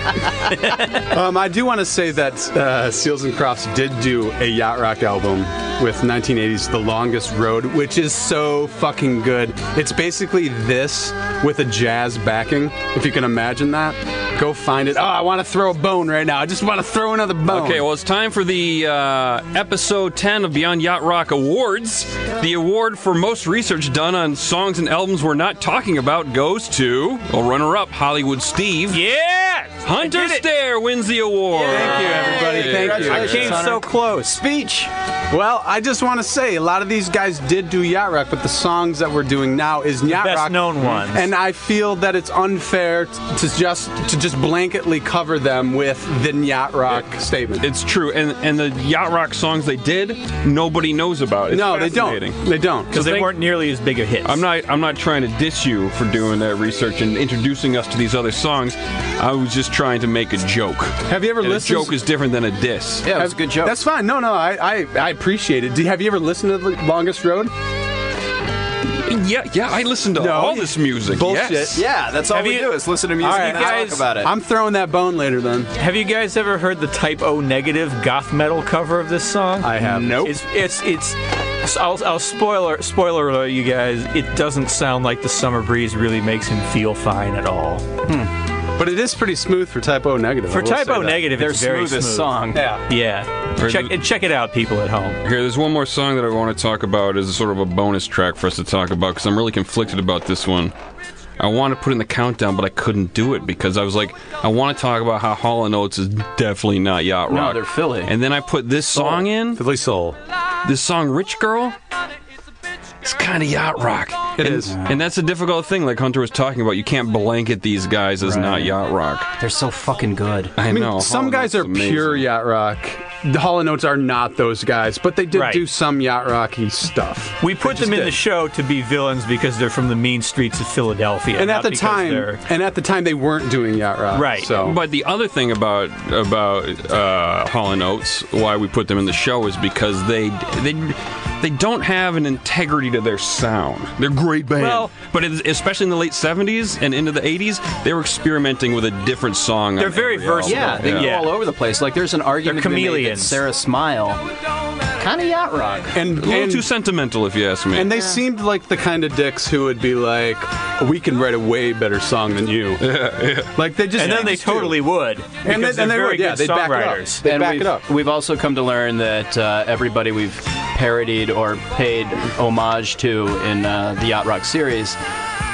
[SPEAKER 3] Um, I do want to say that uh, Seals and Crofts did do a yacht rock album with 1980s The Longest Road, which is so fucking good. It's basically this with a jazz backing, if you can imagine that. Go find it. Oh, I want to throw a bone right now. I just want to throw another bone.
[SPEAKER 4] Okay, well, it's time for the uh, episode 10 of Beyond Yacht Rock Awards. The award for most research done on songs and albums we're not talking about goes to a runner up, Hollywood Steve.
[SPEAKER 2] Yeah.
[SPEAKER 4] Hunter
[SPEAKER 2] I did it.
[SPEAKER 4] Stare wins the award.
[SPEAKER 3] Thank you, everybody. Thank you.
[SPEAKER 2] I came so close.
[SPEAKER 5] speech.
[SPEAKER 3] Well, I just want to say a lot of these guys did do yacht rock, but the songs that we're doing now is yacht
[SPEAKER 2] best
[SPEAKER 3] rock,
[SPEAKER 2] known ones.
[SPEAKER 3] And I feel that it's unfair t- to just to just blanketly cover them with the yacht rock statement.
[SPEAKER 4] It's true, and and the yacht rock songs they did, nobody knows about. It's
[SPEAKER 3] no, they
[SPEAKER 4] fascinating.
[SPEAKER 3] don't. They don't.
[SPEAKER 2] Because they
[SPEAKER 4] thank-
[SPEAKER 2] weren't nearly as big a hit.
[SPEAKER 4] I'm not. I'm not trying to diss you for doing that research and introducing us to these other songs. I was just trying to make a joke.
[SPEAKER 3] Have you ever
[SPEAKER 4] And a
[SPEAKER 3] listened?
[SPEAKER 4] joke is different than a diss.
[SPEAKER 5] Yeah, it was
[SPEAKER 3] Have-
[SPEAKER 5] a good joke.
[SPEAKER 3] That's fine. No, no, I, I, I appreciate it. Do you, have you ever listened to The Longest Road?
[SPEAKER 4] yeah, yeah. I listen to
[SPEAKER 3] No.
[SPEAKER 4] all this music.
[SPEAKER 3] Bullshit.
[SPEAKER 4] Yes.
[SPEAKER 5] yeah, that's all
[SPEAKER 2] Have
[SPEAKER 5] we
[SPEAKER 2] you-
[SPEAKER 5] do is listen to music
[SPEAKER 3] All right,
[SPEAKER 5] and
[SPEAKER 2] guys,
[SPEAKER 5] talk about it.
[SPEAKER 3] I'm throwing that bone later then.
[SPEAKER 2] Have you guys ever heard the Type O negative goth metal cover of this song?
[SPEAKER 3] I have. Nope.
[SPEAKER 2] It's it's it's. so I'll, I'll spoiler spoiler alert, you guys. It doesn't sound like the summer breeze really makes him feel fine at all.
[SPEAKER 3] But it is pretty smooth for typo negative.
[SPEAKER 2] For
[SPEAKER 3] I will say
[SPEAKER 2] type O
[SPEAKER 3] that.
[SPEAKER 2] negative,
[SPEAKER 5] Their
[SPEAKER 2] it's very
[SPEAKER 5] smoothest
[SPEAKER 2] smooth.
[SPEAKER 5] song.
[SPEAKER 3] Yeah.
[SPEAKER 2] Yeah,
[SPEAKER 4] Or
[SPEAKER 2] check
[SPEAKER 4] the-
[SPEAKER 2] check it out, people at home.
[SPEAKER 4] Here, there's one more song that I want to talk about as a sort of a bonus track for us to talk about because I'm really conflicted about this one. I want to put in the countdown, but I couldn't do it because I was like, I want to talk about how Hall and Oates is definitely not yacht
[SPEAKER 5] No,
[SPEAKER 4] rock.
[SPEAKER 5] they're Philly.
[SPEAKER 4] And then I put this
[SPEAKER 3] Oh.
[SPEAKER 4] song in,
[SPEAKER 3] Philly Soul.
[SPEAKER 4] this song "Rich Girl." It's kind of yacht rock. It is,
[SPEAKER 3] is.
[SPEAKER 4] and that's a difficult thing. Like Hunter was talking about, you can't blanket these guys as not yacht rock.
[SPEAKER 5] They're so fucking good.
[SPEAKER 4] I,
[SPEAKER 3] I mean,
[SPEAKER 4] know. Hall
[SPEAKER 3] some
[SPEAKER 4] and
[SPEAKER 3] guys
[SPEAKER 4] Oates
[SPEAKER 3] are
[SPEAKER 4] is amazing.
[SPEAKER 3] pure yacht rock. The Hall and Oates are not those guys, but they did
[SPEAKER 2] Right.
[SPEAKER 3] do some yacht rocky stuff.
[SPEAKER 2] We put
[SPEAKER 3] They
[SPEAKER 2] them
[SPEAKER 3] just
[SPEAKER 2] in
[SPEAKER 3] did.
[SPEAKER 2] the show to be villains because they're from the mean streets of Philadelphia,
[SPEAKER 3] and at
[SPEAKER 2] not
[SPEAKER 3] the
[SPEAKER 2] because
[SPEAKER 3] time,
[SPEAKER 2] they're-
[SPEAKER 3] and at the time, they weren't doing yacht rock.
[SPEAKER 2] Right.
[SPEAKER 3] So,
[SPEAKER 4] But the other thing about about uh, Hall and Oates, why we put them in the show, is because they they they don't have an integrity to their sound. They're a great band,
[SPEAKER 2] Well-
[SPEAKER 4] but it, especially in the late '70s and into the '80s, they were experimenting with a different song.
[SPEAKER 2] They're
[SPEAKER 4] on
[SPEAKER 2] very
[SPEAKER 4] every album.
[SPEAKER 2] versatile.
[SPEAKER 5] Yeah, they
[SPEAKER 2] Yeah.
[SPEAKER 5] go all over the place. Like there's an argument to be made that
[SPEAKER 2] chameleons.
[SPEAKER 5] Sarah Smile, kind of yacht rock.
[SPEAKER 3] and
[SPEAKER 4] A little
[SPEAKER 3] and,
[SPEAKER 4] too sentimental, if you ask me.
[SPEAKER 3] and they seemed like the kind of dicks who would be like, "We can write a way better song than you." Like they just
[SPEAKER 2] and then they
[SPEAKER 3] just do.
[SPEAKER 2] totally would.
[SPEAKER 3] and
[SPEAKER 2] because
[SPEAKER 3] they, and
[SPEAKER 2] they're
[SPEAKER 3] they
[SPEAKER 2] very
[SPEAKER 3] would, yeah,
[SPEAKER 2] good
[SPEAKER 3] they back it up.
[SPEAKER 2] songwriters.
[SPEAKER 3] They
[SPEAKER 5] and
[SPEAKER 3] back
[SPEAKER 5] we've,
[SPEAKER 3] it up.
[SPEAKER 5] we've also come to learn that uh, everybody we've parodied or paid homage to in uh, the yacht rock series,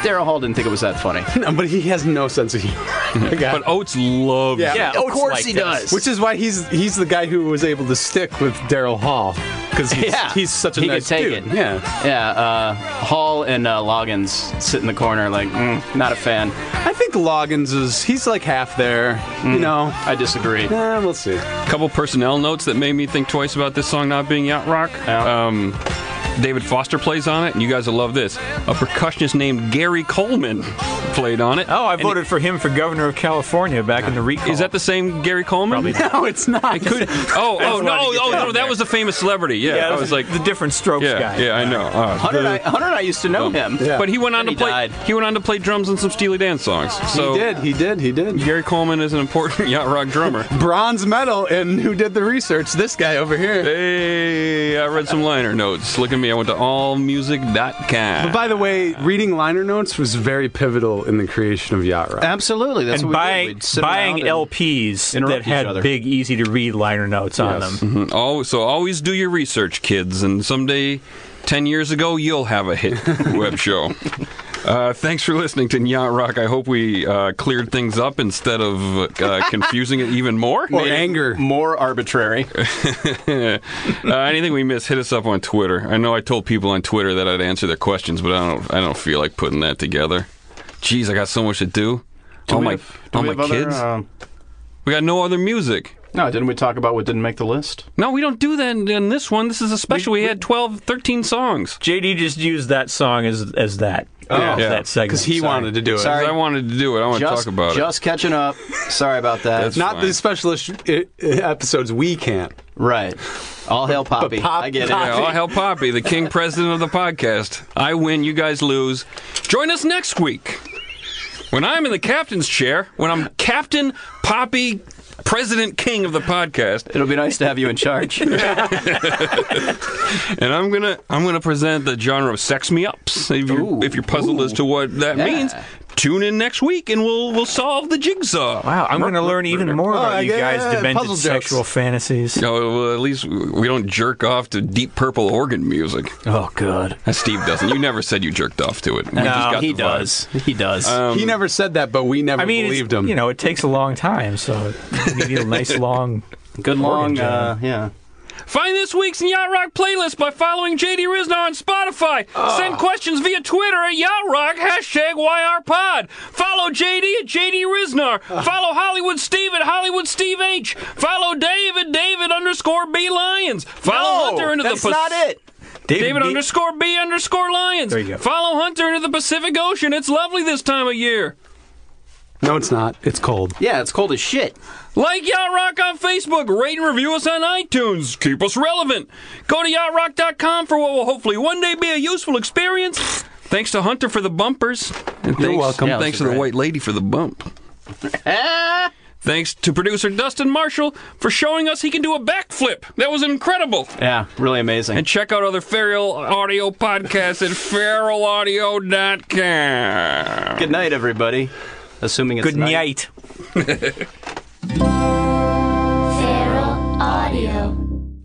[SPEAKER 5] Daryl Hall didn't think it was
[SPEAKER 2] (laughs)
[SPEAKER 5] that funny.
[SPEAKER 3] No, but he has no sense of humor. (laughs) The guy-
[SPEAKER 4] but Oates loves
[SPEAKER 3] Yeah.
[SPEAKER 2] Yeah,
[SPEAKER 5] Of
[SPEAKER 2] Oates
[SPEAKER 5] course
[SPEAKER 2] like
[SPEAKER 5] he
[SPEAKER 2] this.
[SPEAKER 5] does.
[SPEAKER 3] which is why he's he's the guy who was able to stick with Daryl Hall because he's,
[SPEAKER 5] Yeah.
[SPEAKER 3] he's such a
[SPEAKER 5] He could
[SPEAKER 3] nice
[SPEAKER 5] take
[SPEAKER 3] dude.
[SPEAKER 5] it.
[SPEAKER 3] Yeah.
[SPEAKER 5] Yeah, uh, Hall and uh, Loggins sit in the corner like, mm, not a fan.
[SPEAKER 3] I think Loggins is he's like half there. You know.
[SPEAKER 5] I disagree.
[SPEAKER 3] Eh, we'll see.
[SPEAKER 4] couple personnel notes that made me think twice about this song not being yacht rock.
[SPEAKER 5] Yeah.
[SPEAKER 4] Um, David Foster plays on it, and you guys will love this. A percussionist named Gary Coleman played on it.
[SPEAKER 2] Oh, I
[SPEAKER 4] And
[SPEAKER 2] voted for him for governor of California back in the recall.
[SPEAKER 4] Is that the same Gary Coleman?
[SPEAKER 2] Probably not.
[SPEAKER 3] (laughs) No, it's not. (laughs)
[SPEAKER 4] I could. Oh, oh
[SPEAKER 2] why I
[SPEAKER 4] no,
[SPEAKER 2] didn't get down
[SPEAKER 4] oh no, that
[SPEAKER 2] there.
[SPEAKER 4] was the famous celebrity. Yeah,
[SPEAKER 2] Yeah,
[SPEAKER 4] I
[SPEAKER 2] (laughs)
[SPEAKER 4] was like,
[SPEAKER 2] the different strokes
[SPEAKER 4] yeah,
[SPEAKER 2] guy.
[SPEAKER 4] yeah, I know. Uh,
[SPEAKER 5] Hunter and, I, Hunter and I used to
[SPEAKER 2] Oh.
[SPEAKER 5] know him.
[SPEAKER 3] Yeah.
[SPEAKER 4] But he went on
[SPEAKER 5] Then
[SPEAKER 4] to
[SPEAKER 5] he
[SPEAKER 4] play.
[SPEAKER 5] died.
[SPEAKER 4] He went on to play drums on some Steely Dan songs. So
[SPEAKER 3] he did. He did. He did.
[SPEAKER 4] Gary Coleman is an important (laughs) yacht rock drummer.
[SPEAKER 3] Bronze medal, and who did the research? This guy over here.
[SPEAKER 4] hey, I read some liner notes. Look at me. I went to allmusic.com.
[SPEAKER 3] But by the way, reading liner notes was very pivotal in the creation of Yacht Rock.
[SPEAKER 5] Absolutely. That's
[SPEAKER 2] And
[SPEAKER 5] what we
[SPEAKER 2] buying
[SPEAKER 5] did. We'd sit
[SPEAKER 2] buying
[SPEAKER 5] around and-
[SPEAKER 2] LPs that
[SPEAKER 5] interrupt each
[SPEAKER 2] had
[SPEAKER 5] other. Mm-hmm.
[SPEAKER 2] big, easy to read liner notes on
[SPEAKER 3] Yes.
[SPEAKER 2] them.
[SPEAKER 4] Always, so always do your research, kids, and someday, ten years ago, you'll have a hit web show. Uh, thanks for listening to Yacht Rock. I hope we uh, cleared things up instead of uh, confusing it even more.
[SPEAKER 3] Or anger.
[SPEAKER 5] More arbitrary.
[SPEAKER 4] (laughs) Oh, uh, anything we miss, hit us up on Twitter. I know I told people on Twitter that I'd answer their questions, but I don't. I don't feel like putting that together. Jeez, I got so much to do. all my, all my kids.
[SPEAKER 5] uh,
[SPEAKER 4] we got no other music.
[SPEAKER 5] no, didn't we talk about what didn't make the list?
[SPEAKER 4] No, we don't do that in, in this one. This is a special. We, had 12, 13 songs.
[SPEAKER 2] JD just used that song as as that. Oh,
[SPEAKER 4] Yeah.
[SPEAKER 2] that segment.
[SPEAKER 3] Because he wanted to do it.
[SPEAKER 5] Sorry.
[SPEAKER 4] I wanted to do it. I want to
[SPEAKER 5] Just,
[SPEAKER 4] talk about it.
[SPEAKER 5] just catching up. Sorry about that.
[SPEAKER 4] That's-
[SPEAKER 3] Not
[SPEAKER 4] Fine.
[SPEAKER 3] the special ish- i- episodes we can't.
[SPEAKER 5] right. All hail Poppy.
[SPEAKER 3] Pop-
[SPEAKER 5] I get
[SPEAKER 4] Yeah, I'll help Poppy, the
[SPEAKER 5] (laughs)
[SPEAKER 4] king president of the podcast. I win, you guys lose. Join us next week when I'm in the captain's chair, when I'm Captain Poppy, president king of the podcast,
[SPEAKER 5] it. It'll be nice to have you in charge.
[SPEAKER 4] and I'm gonna I'm gonna present the genre of sex me ups. If you're,
[SPEAKER 5] Ooh.
[SPEAKER 4] if you're puzzled as to what that
[SPEAKER 5] Yeah.
[SPEAKER 4] means, tune in next week and we'll we'll solve the jigsaw.
[SPEAKER 2] Wow, I'm going to learn even more
[SPEAKER 3] Oh,
[SPEAKER 2] about you
[SPEAKER 3] yeah,
[SPEAKER 2] guys'
[SPEAKER 3] yeah,
[SPEAKER 2] demented
[SPEAKER 3] puzzle jokes.
[SPEAKER 2] sexual fantasies.
[SPEAKER 4] No, Oh, well, at least we don't jerk off to deep purple organ music.
[SPEAKER 5] oh, good.
[SPEAKER 4] Steve doesn't. You never said you jerked off to it. We just got
[SPEAKER 5] he
[SPEAKER 4] the vibe. Uh,
[SPEAKER 5] does. He does.
[SPEAKER 3] (laughs) he never said that, but we never
[SPEAKER 2] I mean,
[SPEAKER 3] believed
[SPEAKER 2] it's,
[SPEAKER 3] him.
[SPEAKER 2] you know, it takes a long time, so you need a
[SPEAKER 5] (laughs)
[SPEAKER 2] nice long.
[SPEAKER 5] good long. Uh, yeah.
[SPEAKER 4] Find this week's Yacht Rock playlist by following JD Rizna on Spotify. Send questions via Twitter at Yacht Rock, hashtag YRPod. Follow JD at JD Riznar. Follow Hollywood Steve at Hollywood Steve H. Follow Dave at David underscore B Lions. Follow Hunter into the Pas-
[SPEAKER 5] it.
[SPEAKER 4] David
[SPEAKER 2] B-
[SPEAKER 4] underscore B underscore Lions.
[SPEAKER 2] There you go.
[SPEAKER 4] Follow Hunter into the Pacific Ocean. It's lovely this time of year.
[SPEAKER 3] no, it's not. It's cold.
[SPEAKER 5] Yeah, it's cold as shit.
[SPEAKER 4] Like Yacht Rock on Facebook, rate and review us on iTunes, keep us relevant. Go to yachtrock.com for what will hopefully one day be a useful experience. Thanks to Hunter for the bumpers. And
[SPEAKER 3] You're
[SPEAKER 4] thanks,
[SPEAKER 3] welcome.
[SPEAKER 5] Yeah,
[SPEAKER 4] thanks to
[SPEAKER 5] that's
[SPEAKER 4] the
[SPEAKER 5] right.
[SPEAKER 4] white lady for
[SPEAKER 3] (laughs)
[SPEAKER 4] the bump. thanks to producer Dustin Marshall for showing us he can do a backflip. That was incredible.
[SPEAKER 5] Yeah, really amazing.
[SPEAKER 4] And check out other Feral Audio podcasts at (laughs) feralaudio.com.
[SPEAKER 5] good night, everybody. Assuming it's
[SPEAKER 2] Good night.
[SPEAKER 1] Feral Audio.